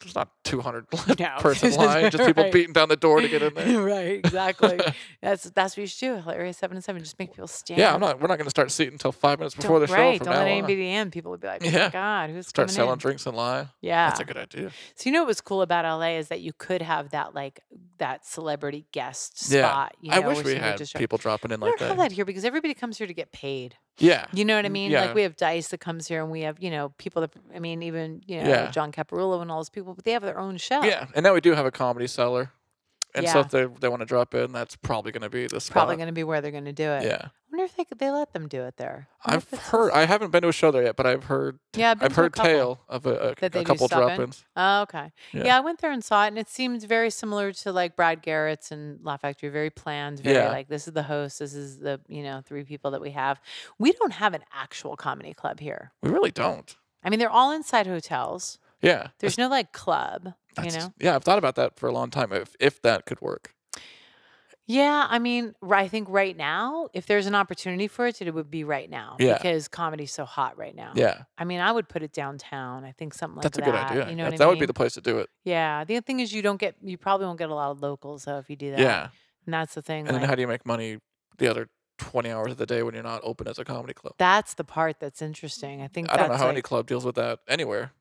Speaker 4: there's not 200
Speaker 1: No.
Speaker 4: person line, just people
Speaker 1: Right.
Speaker 4: beating down the door to get in there.
Speaker 1: right, exactly. that's that's what you should do. Hilarious seven and seven, just make people stand.
Speaker 4: Yeah, I'm not. We're not going to start seating until five minutes before
Speaker 1: Don't,
Speaker 4: the show.
Speaker 1: right,
Speaker 4: from
Speaker 1: don't
Speaker 4: now
Speaker 1: let
Speaker 4: on.
Speaker 1: anybody in. People would be like, oh my
Speaker 4: Yeah.
Speaker 1: god, who's
Speaker 4: start
Speaker 1: coming
Speaker 4: selling
Speaker 1: in?
Speaker 4: drinks in line.
Speaker 1: Yeah,
Speaker 4: That's a good idea.
Speaker 1: So you know what was cool about LA is that you could have that like that celebrity guest
Speaker 4: Yeah.
Speaker 1: spot. You
Speaker 4: I
Speaker 1: know,
Speaker 4: wish
Speaker 1: where
Speaker 4: we
Speaker 1: somebody
Speaker 4: had
Speaker 1: just show-
Speaker 4: people dropping in
Speaker 1: We
Speaker 4: like
Speaker 1: don't
Speaker 4: that.
Speaker 1: have that here because everybody comes here to get paid.
Speaker 4: Yeah,
Speaker 1: You know what I
Speaker 4: Mm,
Speaker 1: mean?
Speaker 4: yeah.
Speaker 1: Like we have Dice that comes here, and we have you know people that I mean even you know
Speaker 4: Yeah.
Speaker 1: John Caparulo and all those people, but they have their own show.
Speaker 4: yeah. And now we do have a comedy seller, and so
Speaker 1: Yeah.
Speaker 4: if they they want to drop in, that's probably going to be the
Speaker 1: it's
Speaker 4: spot.
Speaker 1: probably going to be where they're going to do it.
Speaker 4: Yeah,
Speaker 1: I wonder if they could, they let them do it there. I wonder if
Speaker 4: I've
Speaker 1: it's-
Speaker 4: heard. I haven't been to a show there yet, but I've heard.
Speaker 1: Yeah, I've, been
Speaker 4: I've
Speaker 1: to a
Speaker 4: heard
Speaker 1: couple.
Speaker 4: tale of a, a-
Speaker 1: that they
Speaker 4: a
Speaker 1: do
Speaker 4: couple
Speaker 1: stop in?
Speaker 4: drop-ins.
Speaker 1: Oh, okay. Yeah.
Speaker 4: Yeah.
Speaker 1: I went there and saw it, and it seemed very similar to like Brad Garrett's and La Factory, very planned, very
Speaker 4: Yeah.
Speaker 1: like this is the host, this is the you know three people that we have. We don't have an actual comedy club here.
Speaker 4: We really don't.
Speaker 1: I mean, they're all inside hotels.
Speaker 4: Yeah,
Speaker 1: There's no like club, you
Speaker 4: that's-
Speaker 1: know.
Speaker 4: Yeah, I've thought about that for a long time. If if that could work.
Speaker 1: Yeah, I mean, ri- I think right now, if there's an opportunity for it, it would be right now
Speaker 4: Yeah.
Speaker 1: because comedy's so hot right now.
Speaker 4: Yeah,
Speaker 1: I mean, I would put it downtown. I think something Oh, like
Speaker 4: that's
Speaker 1: that.
Speaker 4: a good idea.
Speaker 1: You know
Speaker 4: that,
Speaker 1: what I
Speaker 4: that would be
Speaker 1: mean?
Speaker 4: the place to do it.
Speaker 1: Yeah. The thing is, you don't get, you probably won't get a lot of locals though if you do that.
Speaker 4: yeah.
Speaker 1: And that's the thing.
Speaker 4: And then
Speaker 1: like,
Speaker 4: how do you make money the other 20 hours of the day when you're not open as a comedy club?
Speaker 1: that's the part that's interesting. I think
Speaker 4: I don't know
Speaker 1: that's
Speaker 4: how
Speaker 1: like,
Speaker 4: any club deals with that anywhere.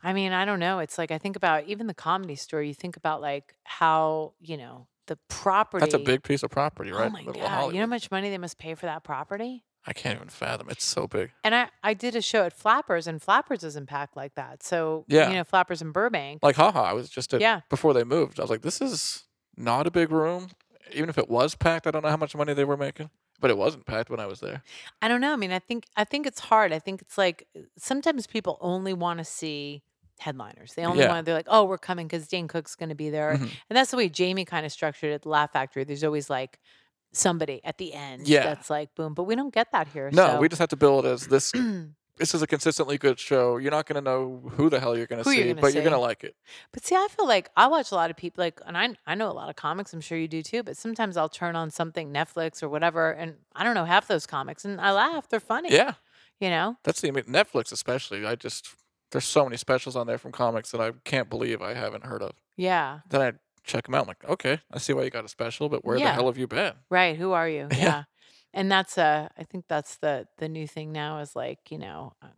Speaker 1: I mean, I don't know. It's like I think about even the comedy store. You think about like how you know the property.
Speaker 4: That's a big piece of property, right?
Speaker 1: Oh my
Speaker 4: Middle of
Speaker 1: god! You know how
Speaker 4: Hollywood.
Speaker 1: much money they must pay for that property?
Speaker 4: I can't even fathom. It's so big.
Speaker 1: And I I did a show at Flappers, and Flappers isn't packed like that. So
Speaker 4: Yeah.
Speaker 1: you know Flappers in Burbank.
Speaker 4: Like, haha, I was just at,
Speaker 1: Yeah.
Speaker 4: before they moved. I was like, this is not a big room. Even if it was packed, I don't know how much money they were making, but it wasn't packed when I was there.
Speaker 1: I don't know. I mean, I think I think it's hard. I think it's like uh, sometimes people only want to see headliners. They only
Speaker 4: Yeah.
Speaker 1: want they're like, oh, we're coming because Dane Cook's going to be there,
Speaker 4: Mhm.
Speaker 1: and that's the way Jamie kind of structured it. at The Laugh Factory. There's always like somebody at the end.
Speaker 4: Yeah.
Speaker 1: that's like boom, but we don't get that here.
Speaker 4: No,
Speaker 1: so.
Speaker 4: we just have to build it as this. this is a consistently good show. You're not going to know who the hell you're going to
Speaker 1: Who
Speaker 4: see,
Speaker 1: you're gonna
Speaker 4: but you're going to
Speaker 1: see.
Speaker 4: like it.
Speaker 1: But see, I feel like I watch a lot of people, like, and I I know a lot of comics. I'm sure you do too. But sometimes I'll turn on something Netflix or whatever, and I don't know half those comics, and I laugh. They're funny.
Speaker 4: Yeah.
Speaker 1: you know.
Speaker 4: That's the I mean, Netflix especially. I just there's so many specials on there from comics that I can't believe I haven't heard of.
Speaker 1: Yeah.
Speaker 4: Then I check them out. I'm like, okay, I see why you got a special, but where
Speaker 1: Yeah.
Speaker 4: the hell have you been?
Speaker 1: Right. Who are you?
Speaker 4: Yeah.
Speaker 1: Yeah. And that's uh I think that's the the new thing now is like, you know, um,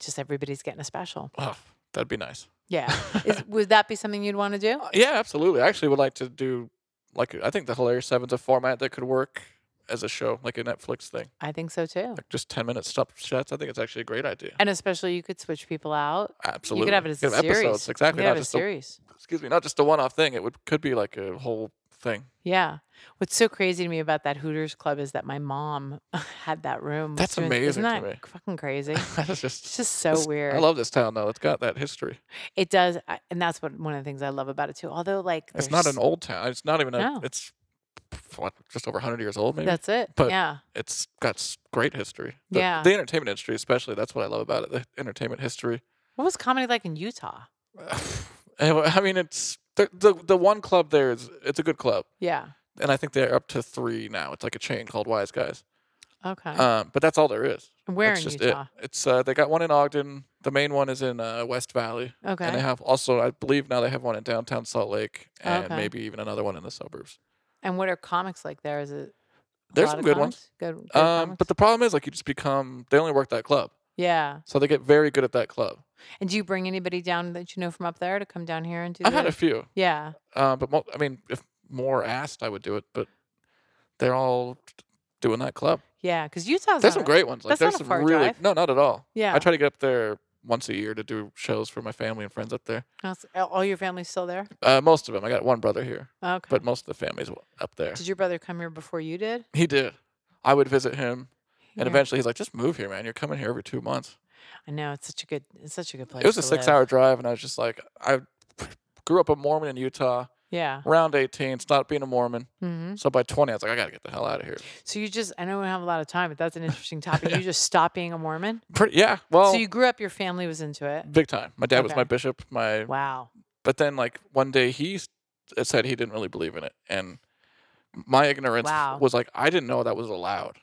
Speaker 1: just everybody's getting a special.
Speaker 4: Oh, that'd be nice.
Speaker 1: Yeah. Is, would that be something you'd want to do?
Speaker 4: Uh, yeah, absolutely. I actually would like to do like I think the hilarious seven's a format that could work as a show, like a Netflix thing,
Speaker 1: I think so too.
Speaker 4: like just ten minute stop shots. I think it's actually a great idea.
Speaker 1: And especially you could switch people out.
Speaker 4: Absolutely,
Speaker 1: You could have it as a
Speaker 4: Give
Speaker 1: series.
Speaker 4: episodes. Exactly,
Speaker 1: You could
Speaker 4: not
Speaker 1: have a
Speaker 4: just a,
Speaker 1: series.
Speaker 4: excuse me, not just a one off thing. It would could be like a whole thing.
Speaker 1: Yeah. What's so crazy to me about that Hooters club is that my mom had that room.
Speaker 4: That's
Speaker 1: doing-
Speaker 4: amazing
Speaker 1: Isn't
Speaker 4: to
Speaker 1: that
Speaker 4: me.
Speaker 1: fucking crazy?
Speaker 4: That's just
Speaker 1: It's just so
Speaker 4: this-
Speaker 1: weird.
Speaker 4: I love this town though. It's got that history.
Speaker 1: it does, I- and that's what one of the things I love about it too. Although, like,
Speaker 4: It's
Speaker 1: there's-
Speaker 4: not an old town. It's not even a.
Speaker 1: No.
Speaker 4: It's what, just over 100 years old, maybe.
Speaker 1: That's it.
Speaker 4: but-
Speaker 1: yeah,
Speaker 4: it's got s- great history. The,
Speaker 1: Yeah.
Speaker 4: The entertainment industry, especially, that's what I love about it. The entertainment history.
Speaker 1: what was comedy like in Utah?
Speaker 4: And I mean, it's the, the the one club there is it's a good club,
Speaker 1: Yeah.
Speaker 4: and I think they're up to three now. It's like a chain called Wise Guys,
Speaker 1: Okay.
Speaker 4: Um, but that's all there is.
Speaker 1: Where
Speaker 4: That's
Speaker 1: in
Speaker 4: just it.
Speaker 1: Utah?
Speaker 4: It's uh, they got one in Ogden. The main one is in uh, West Valley,
Speaker 1: Okay.
Speaker 4: and they
Speaker 1: And,
Speaker 4: have also, I believe, now they have one in downtown Salt Lake, and
Speaker 1: Okay.
Speaker 4: maybe even another one in the suburbs.
Speaker 1: what are comics like there? Is it a
Speaker 4: There's
Speaker 1: lot
Speaker 4: some
Speaker 1: of
Speaker 4: good ones.
Speaker 1: comics? Good, good
Speaker 4: Um, but
Speaker 1: comics?
Speaker 4: the problem is, like, you just become they only work that club,
Speaker 1: yeah.
Speaker 4: so they get very good at that club.
Speaker 1: And do you bring anybody down that you know from up there to come down here and do
Speaker 4: I've had
Speaker 1: the-
Speaker 4: a few,
Speaker 1: Yeah.
Speaker 4: uh, but mo- I mean, if more asked, I would do it. But they're all doing that club.
Speaker 1: Yeah. Because Utah's
Speaker 4: There's
Speaker 1: not
Speaker 4: some
Speaker 1: a-
Speaker 4: great ones. Like
Speaker 1: that's not
Speaker 4: there's
Speaker 1: a
Speaker 4: some
Speaker 1: far
Speaker 4: really
Speaker 1: drive.
Speaker 4: no, not at all.
Speaker 1: Yeah.
Speaker 4: I try to get up there once a year to do shows for my family and friends up there.
Speaker 1: That's- All your family's still there? Oh,
Speaker 4: Uh, most of them. I got one brother here,
Speaker 1: Okay.
Speaker 4: but most of the family's w- up there.
Speaker 1: did your brother come here before you did?
Speaker 4: He did. I would visit him,
Speaker 1: Yeah.
Speaker 4: and eventually he's like, "Just move here, man. You're coming here every two months."
Speaker 1: I know it's such a good it's such a good place.
Speaker 4: it was a
Speaker 1: to
Speaker 4: six-hour
Speaker 1: live.
Speaker 4: drive, and I was just like, I grew up a Mormon in Utah.
Speaker 1: Yeah.
Speaker 4: Around 18, stopped being a Mormon.
Speaker 1: hmm
Speaker 4: So by 20, I was like, I gotta get the hell out of here.
Speaker 1: So you just I know we don't have a lot of time, but that's an interesting topic. You just stopped being a Mormon.
Speaker 4: Pretty, yeah. Well,
Speaker 1: so you grew up, your family was into it.
Speaker 4: big time. My dad was
Speaker 1: Okay.
Speaker 4: my bishop. My
Speaker 1: Wow.
Speaker 4: but then like one day he s- said he didn't really believe in it and my ignorance
Speaker 1: Wow.
Speaker 4: was like i didn't know that was allowed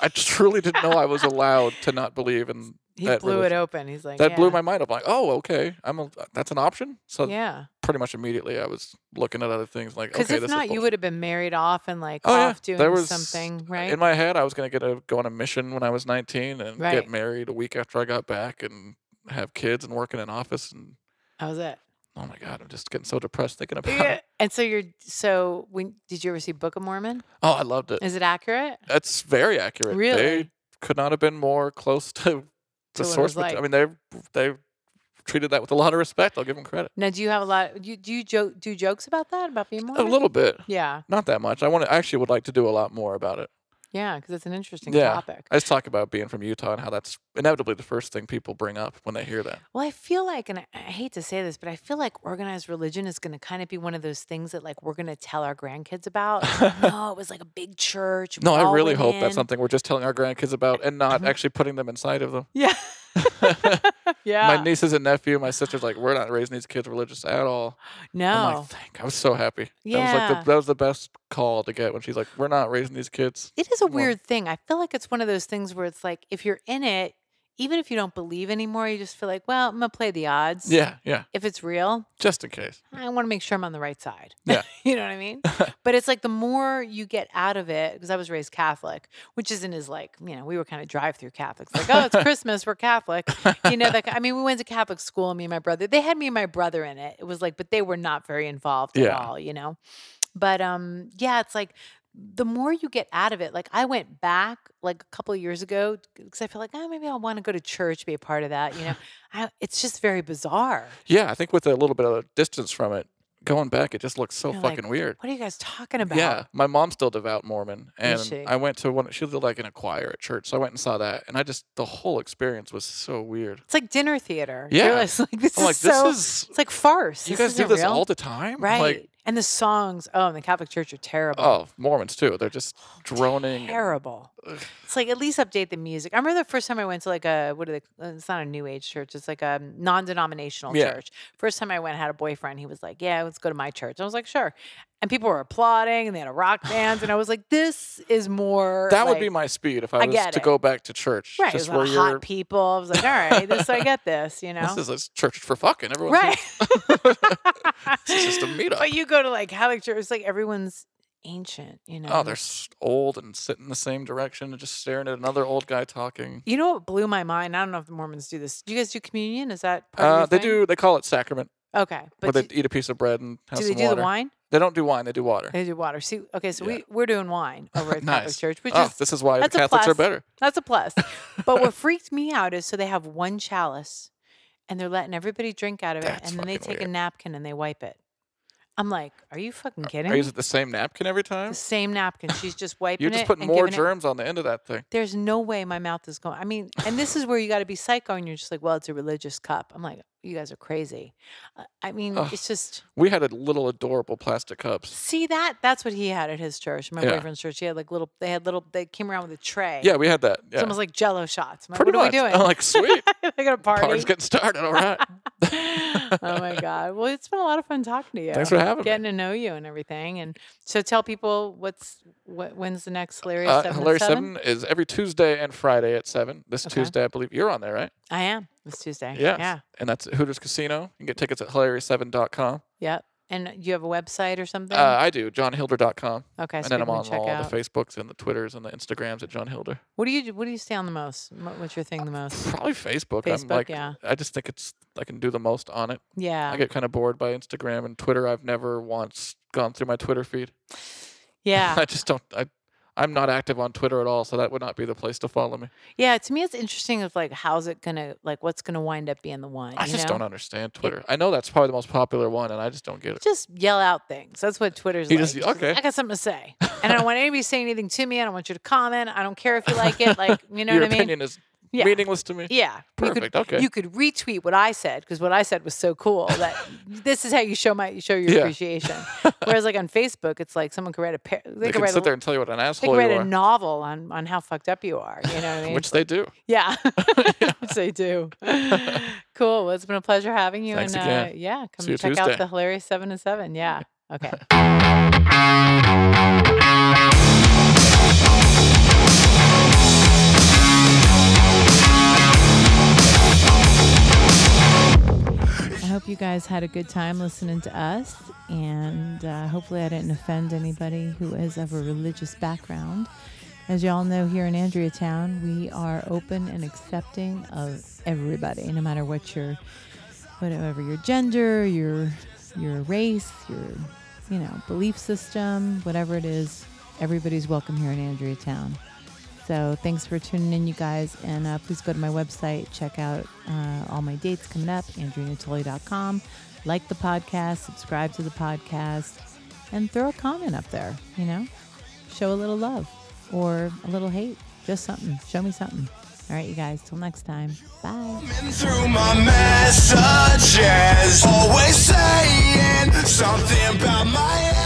Speaker 4: i truly didn't know i was allowed to not believe in
Speaker 1: He
Speaker 4: that
Speaker 1: blew it
Speaker 4: religion.
Speaker 1: open. He's like
Speaker 4: that
Speaker 1: yeah.
Speaker 4: blew my mind up like oh okay i'm a, that's an option so
Speaker 1: Yeah.
Speaker 4: pretty much immediately i was looking at other things like
Speaker 1: Because
Speaker 4: okay
Speaker 1: if
Speaker 4: this
Speaker 1: not,
Speaker 4: is
Speaker 1: you
Speaker 4: bullshit.
Speaker 1: would have been married off and like
Speaker 4: Oh, yeah.
Speaker 1: off doing
Speaker 4: There was-
Speaker 1: something, right?
Speaker 4: in my head i was going to get a go on a mission when i was 19 and
Speaker 1: Right.
Speaker 4: get married a week after i got back and have kids and work in an office and
Speaker 1: that was it.
Speaker 4: oh my god i'm just getting so depressed thinking about
Speaker 1: Yeah.
Speaker 4: it
Speaker 1: And so you're so when did you ever see Book of Mormon?
Speaker 4: oh i loved it
Speaker 1: Is it accurate?
Speaker 4: That's very accurate. They
Speaker 1: Really?
Speaker 4: could not have been more close to
Speaker 1: To
Speaker 4: the
Speaker 1: what it was
Speaker 4: source. material.
Speaker 1: like.
Speaker 4: I mean, they they treated that with a lot of respect. I'll give them credit.
Speaker 1: Now, do you have a lot? Do you, do you joke do jokes about that about being
Speaker 4: A
Speaker 1: Mormon?
Speaker 4: little bit,
Speaker 1: Yeah,
Speaker 4: not that much. I want to I actually would like to do a lot more about it.
Speaker 1: yeah, because it's an interesting
Speaker 4: Yeah.
Speaker 1: topic.
Speaker 4: I just talk about being from Utah and how that's inevitably the first thing people bring up when they hear that.
Speaker 1: Well, I feel like, and I, I hate to say this, but I feel like organized religion is going to kind of be one of those things that like we're going to tell our grandkids about. Like, no, it was like a big church. and
Speaker 4: No,
Speaker 1: we
Speaker 4: I
Speaker 1: all
Speaker 4: really
Speaker 1: went
Speaker 4: hope that's
Speaker 1: in."
Speaker 4: something we're just telling our grandkids about and not actually putting them inside of them.
Speaker 1: Yeah, yeah.
Speaker 4: My oh, nieces and nephew, my sister's like, we're not raising these kids religious at all. I'm
Speaker 1: no,
Speaker 4: like, thank. I was so happy. That was like
Speaker 1: Oh. Yeah.
Speaker 4: the, that was the best call to get when she's like, we're not raising these kids.
Speaker 1: it is a
Speaker 4: Well-
Speaker 1: weird thing. I feel like it's one of those things where it's like if you're in it, even if you don't believe anymore, you just feel like, well, I'm gonna play the odds.
Speaker 4: Yeah, yeah.
Speaker 1: If it's real,
Speaker 4: Just in case.
Speaker 1: I want to make sure I'm on the right side.
Speaker 4: Yeah.
Speaker 1: you know what I mean? but it's like the more you get out of it, because I was raised Catholic, which isn't as like, you know, we were kind of drive through Catholics. Like, oh, it's Christmas, we're Catholic. You know, like, I mean, we went to Catholic school, me and my brother. They had me and my brother in it. It was like, but they were not very involved at
Speaker 4: Yeah.
Speaker 1: all, you know? But um, yeah, it's like the more you get out of it, like I went back like a couple of years ago because I feel like, oh, maybe I want to go to church, be a part of that. You know, I, it's just very bizarre.
Speaker 4: Yeah, I think with a little bit of distance from it, going back, it just looks so
Speaker 1: You're like,
Speaker 4: fucking weird.
Speaker 1: What are you guys talking about?
Speaker 4: Yeah, my mom's still devout Mormon, and
Speaker 1: Is she?
Speaker 4: I went to one. She lived like in a choir at church, so I went and saw that, and I just the whole experience was so weird.
Speaker 1: It's like dinner theater.
Speaker 4: Yeah.
Speaker 1: You're just like this
Speaker 4: I'm
Speaker 1: is
Speaker 4: like, this
Speaker 1: so.
Speaker 4: is
Speaker 1: it's like farce.
Speaker 4: you guys do
Speaker 1: isn't
Speaker 4: this
Speaker 1: real.
Speaker 4: all the time,
Speaker 1: right?
Speaker 4: Like,
Speaker 1: and the songs. Oh, and the Catholic Church are terrible.
Speaker 4: oh, Mormons too. They're just
Speaker 1: Oh,
Speaker 4: droning. and-
Speaker 1: Terrible. It's like at least update the music. I remember the first time I went to like a what are they? uh, It's not a New Age church. It's like a um, non-denominational
Speaker 4: Yeah.
Speaker 1: church. First time I went, I had a boyfriend. He was like, "Yeah, let's go to my church." I was like, "Sure," and people were applauding and they had a rock band, and I was like, "This is more."
Speaker 4: that would
Speaker 1: like-
Speaker 4: be my speed if
Speaker 1: I
Speaker 4: I was
Speaker 1: get
Speaker 4: to
Speaker 1: it.
Speaker 4: go back to church.
Speaker 1: right. It was
Speaker 4: Just
Speaker 1: a lot
Speaker 4: where
Speaker 1: of
Speaker 4: you're.
Speaker 1: hot people. I was like, "All right, this I get this," you know.
Speaker 4: This is a church for fucking everyone.
Speaker 1: Right.
Speaker 4: It's just a meetup.
Speaker 1: But you go to like Catholic church, it's like everyone's ancient, you know.
Speaker 4: Oh, they're s- old and sitting the same direction and just staring at another old guy talking.
Speaker 1: You know what blew my mind? I don't know if the Mormons do this. Do you guys do communion? Is that part
Speaker 4: Uh,
Speaker 1: of your
Speaker 4: they
Speaker 1: thing?
Speaker 4: do. They call it sacrament,
Speaker 1: Okay, but
Speaker 4: where
Speaker 1: do,
Speaker 4: they eat a piece of bread and have
Speaker 1: do they
Speaker 4: some
Speaker 1: do
Speaker 4: water.
Speaker 1: the wine?
Speaker 4: They don't do wine. They do water.
Speaker 1: They do water. See, okay, so
Speaker 4: Yeah.
Speaker 1: we we're doing wine over at Catholic
Speaker 4: nice.
Speaker 1: church, which
Speaker 4: oh,
Speaker 1: is
Speaker 4: this is why the
Speaker 1: that's a
Speaker 4: Catholics are
Speaker 1: plus.
Speaker 4: better.
Speaker 1: that's a plus. but what freaked me out is so they have one chalice, and they're letting everybody drink out of it,
Speaker 4: That's
Speaker 1: and then they
Speaker 4: fucking
Speaker 1: take a
Speaker 4: weird.
Speaker 1: napkin and they wipe it. I'm like, are you fucking kidding?
Speaker 4: Are you using the same napkin every time?
Speaker 1: the same napkin. She's just wiping
Speaker 4: You're just
Speaker 1: it
Speaker 4: putting
Speaker 1: and
Speaker 4: more
Speaker 1: giving it-
Speaker 4: germs on the end of that thing.
Speaker 1: there's no way my mouth is going. I mean, and this is where you got to be psycho and you're just like, well, it's a religious cup. I'm like, you guys are crazy. Uh, I mean,
Speaker 4: Ugh.
Speaker 1: it's just,
Speaker 4: We had a little adorable plastic cups.
Speaker 1: see that? That's what he had at his church, my
Speaker 4: Yeah.
Speaker 1: boyfriend's church. He had like little, they had little, they came around with a tray.
Speaker 4: Yeah, we had that. Yeah.
Speaker 1: It's almost like jello shots. I'm like,
Speaker 4: Pretty
Speaker 1: what
Speaker 4: much.
Speaker 1: are we
Speaker 4: I'm
Speaker 1: doing?
Speaker 4: like, sweet.
Speaker 1: I got a party.
Speaker 4: Party's getting started. All right.
Speaker 1: oh my god. Well, it's been a lot of fun talking to you.
Speaker 4: Thanks for having me.
Speaker 1: Getting to know you and everything. And so tell people what's what when's the next hilarious
Speaker 4: Uh,
Speaker 1: seven, at
Speaker 4: Hilarious
Speaker 1: seven?
Speaker 4: Seven is every Tuesday and Friday at seven. This
Speaker 1: Okay.
Speaker 4: Tuesday, I believe you're on there, right?
Speaker 1: I am. It's Tuesday.
Speaker 4: Yes.
Speaker 1: Yeah.
Speaker 4: And that's at Hooters Casino. You can get tickets at hilarious7.com.
Speaker 1: Yep. And you have a website or something?
Speaker 4: Uh, I do, johnhilder.com.
Speaker 1: okay.
Speaker 4: And
Speaker 1: So
Speaker 4: then I'm
Speaker 1: people
Speaker 4: on
Speaker 1: can check
Speaker 4: all
Speaker 1: out.
Speaker 4: the Facebooks and the Twitters and the Instagrams at John Hilder.
Speaker 1: what do you what do you stay on the most? What- What's your thing the most?
Speaker 4: Probably Facebook. I'm
Speaker 1: Facebook,
Speaker 4: like,
Speaker 1: yeah.
Speaker 4: I just think it's I can do the most on it.
Speaker 1: Yeah.
Speaker 4: I get kind of bored by Instagram and Twitter. I've never once gone through my Twitter feed.
Speaker 1: Yeah.
Speaker 4: I just don't. I I'm not active on Twitter at all, so that would not be the place to follow me.
Speaker 1: Yeah, to me it's interesting of like how's it gonna like what's gonna wind up being the one.
Speaker 4: I
Speaker 1: you
Speaker 4: just
Speaker 1: know?
Speaker 4: don't understand Twitter. I know that's probably the most popular one, and I just don't get it.
Speaker 1: Just yell out things. That's what Twitter's
Speaker 4: You
Speaker 1: like.
Speaker 4: just-
Speaker 1: like,
Speaker 4: okay.
Speaker 1: I got something to say, and I don't want anybody saying anything to me. I don't want you to comment. I don't care if you like it. Like you know
Speaker 4: Your
Speaker 1: what I mean?
Speaker 4: opinion is
Speaker 1: yeah.
Speaker 4: meaningless to me.
Speaker 1: Yeah. You
Speaker 4: Perfect,
Speaker 1: could,
Speaker 4: okay.
Speaker 1: You could retweet what I said because what I said was so cool that this is how you show my you show your
Speaker 4: Yeah.
Speaker 1: appreciation. Whereas like on Facebook, it's like someone could write a par- they,
Speaker 4: They
Speaker 1: could
Speaker 4: can
Speaker 1: write a,
Speaker 4: sit there and tell you what an
Speaker 1: they could
Speaker 4: asshole
Speaker 1: write
Speaker 4: you
Speaker 1: a
Speaker 4: are,
Speaker 1: novel on on how fucked up you are. You know what I mean?
Speaker 4: which they do.
Speaker 1: Yeah, which they do. cool. Well, it's been a pleasure having you.
Speaker 4: Thanks
Speaker 1: and Uh,
Speaker 4: again.
Speaker 1: yeah, come
Speaker 4: See you
Speaker 1: check out
Speaker 4: Tuesday.
Speaker 1: the hilarious seven to seven. Yeah. Okay.
Speaker 5: I hope you guys had a good time listening to us, and uh, hopefully, I didn't offend anybody who is of a religious background. As y'all know, here in Andreatown, we are open and accepting of everybody, no matter what your, whatever your gender, your your race, your you know belief system, whatever it is, everybody's welcome here in Andreatown. So thanks for tuning in, you guys. And uh, please go to my website, check out uh, all my dates coming up, andrewnatoli.com. Like the podcast, subscribe to the podcast, and throw a comment up there, you know? Show a little love or a little hate, just something. Show me something. All right, you guys, till next time. Bye.
Speaker 3: Been through my messages, always saying something about my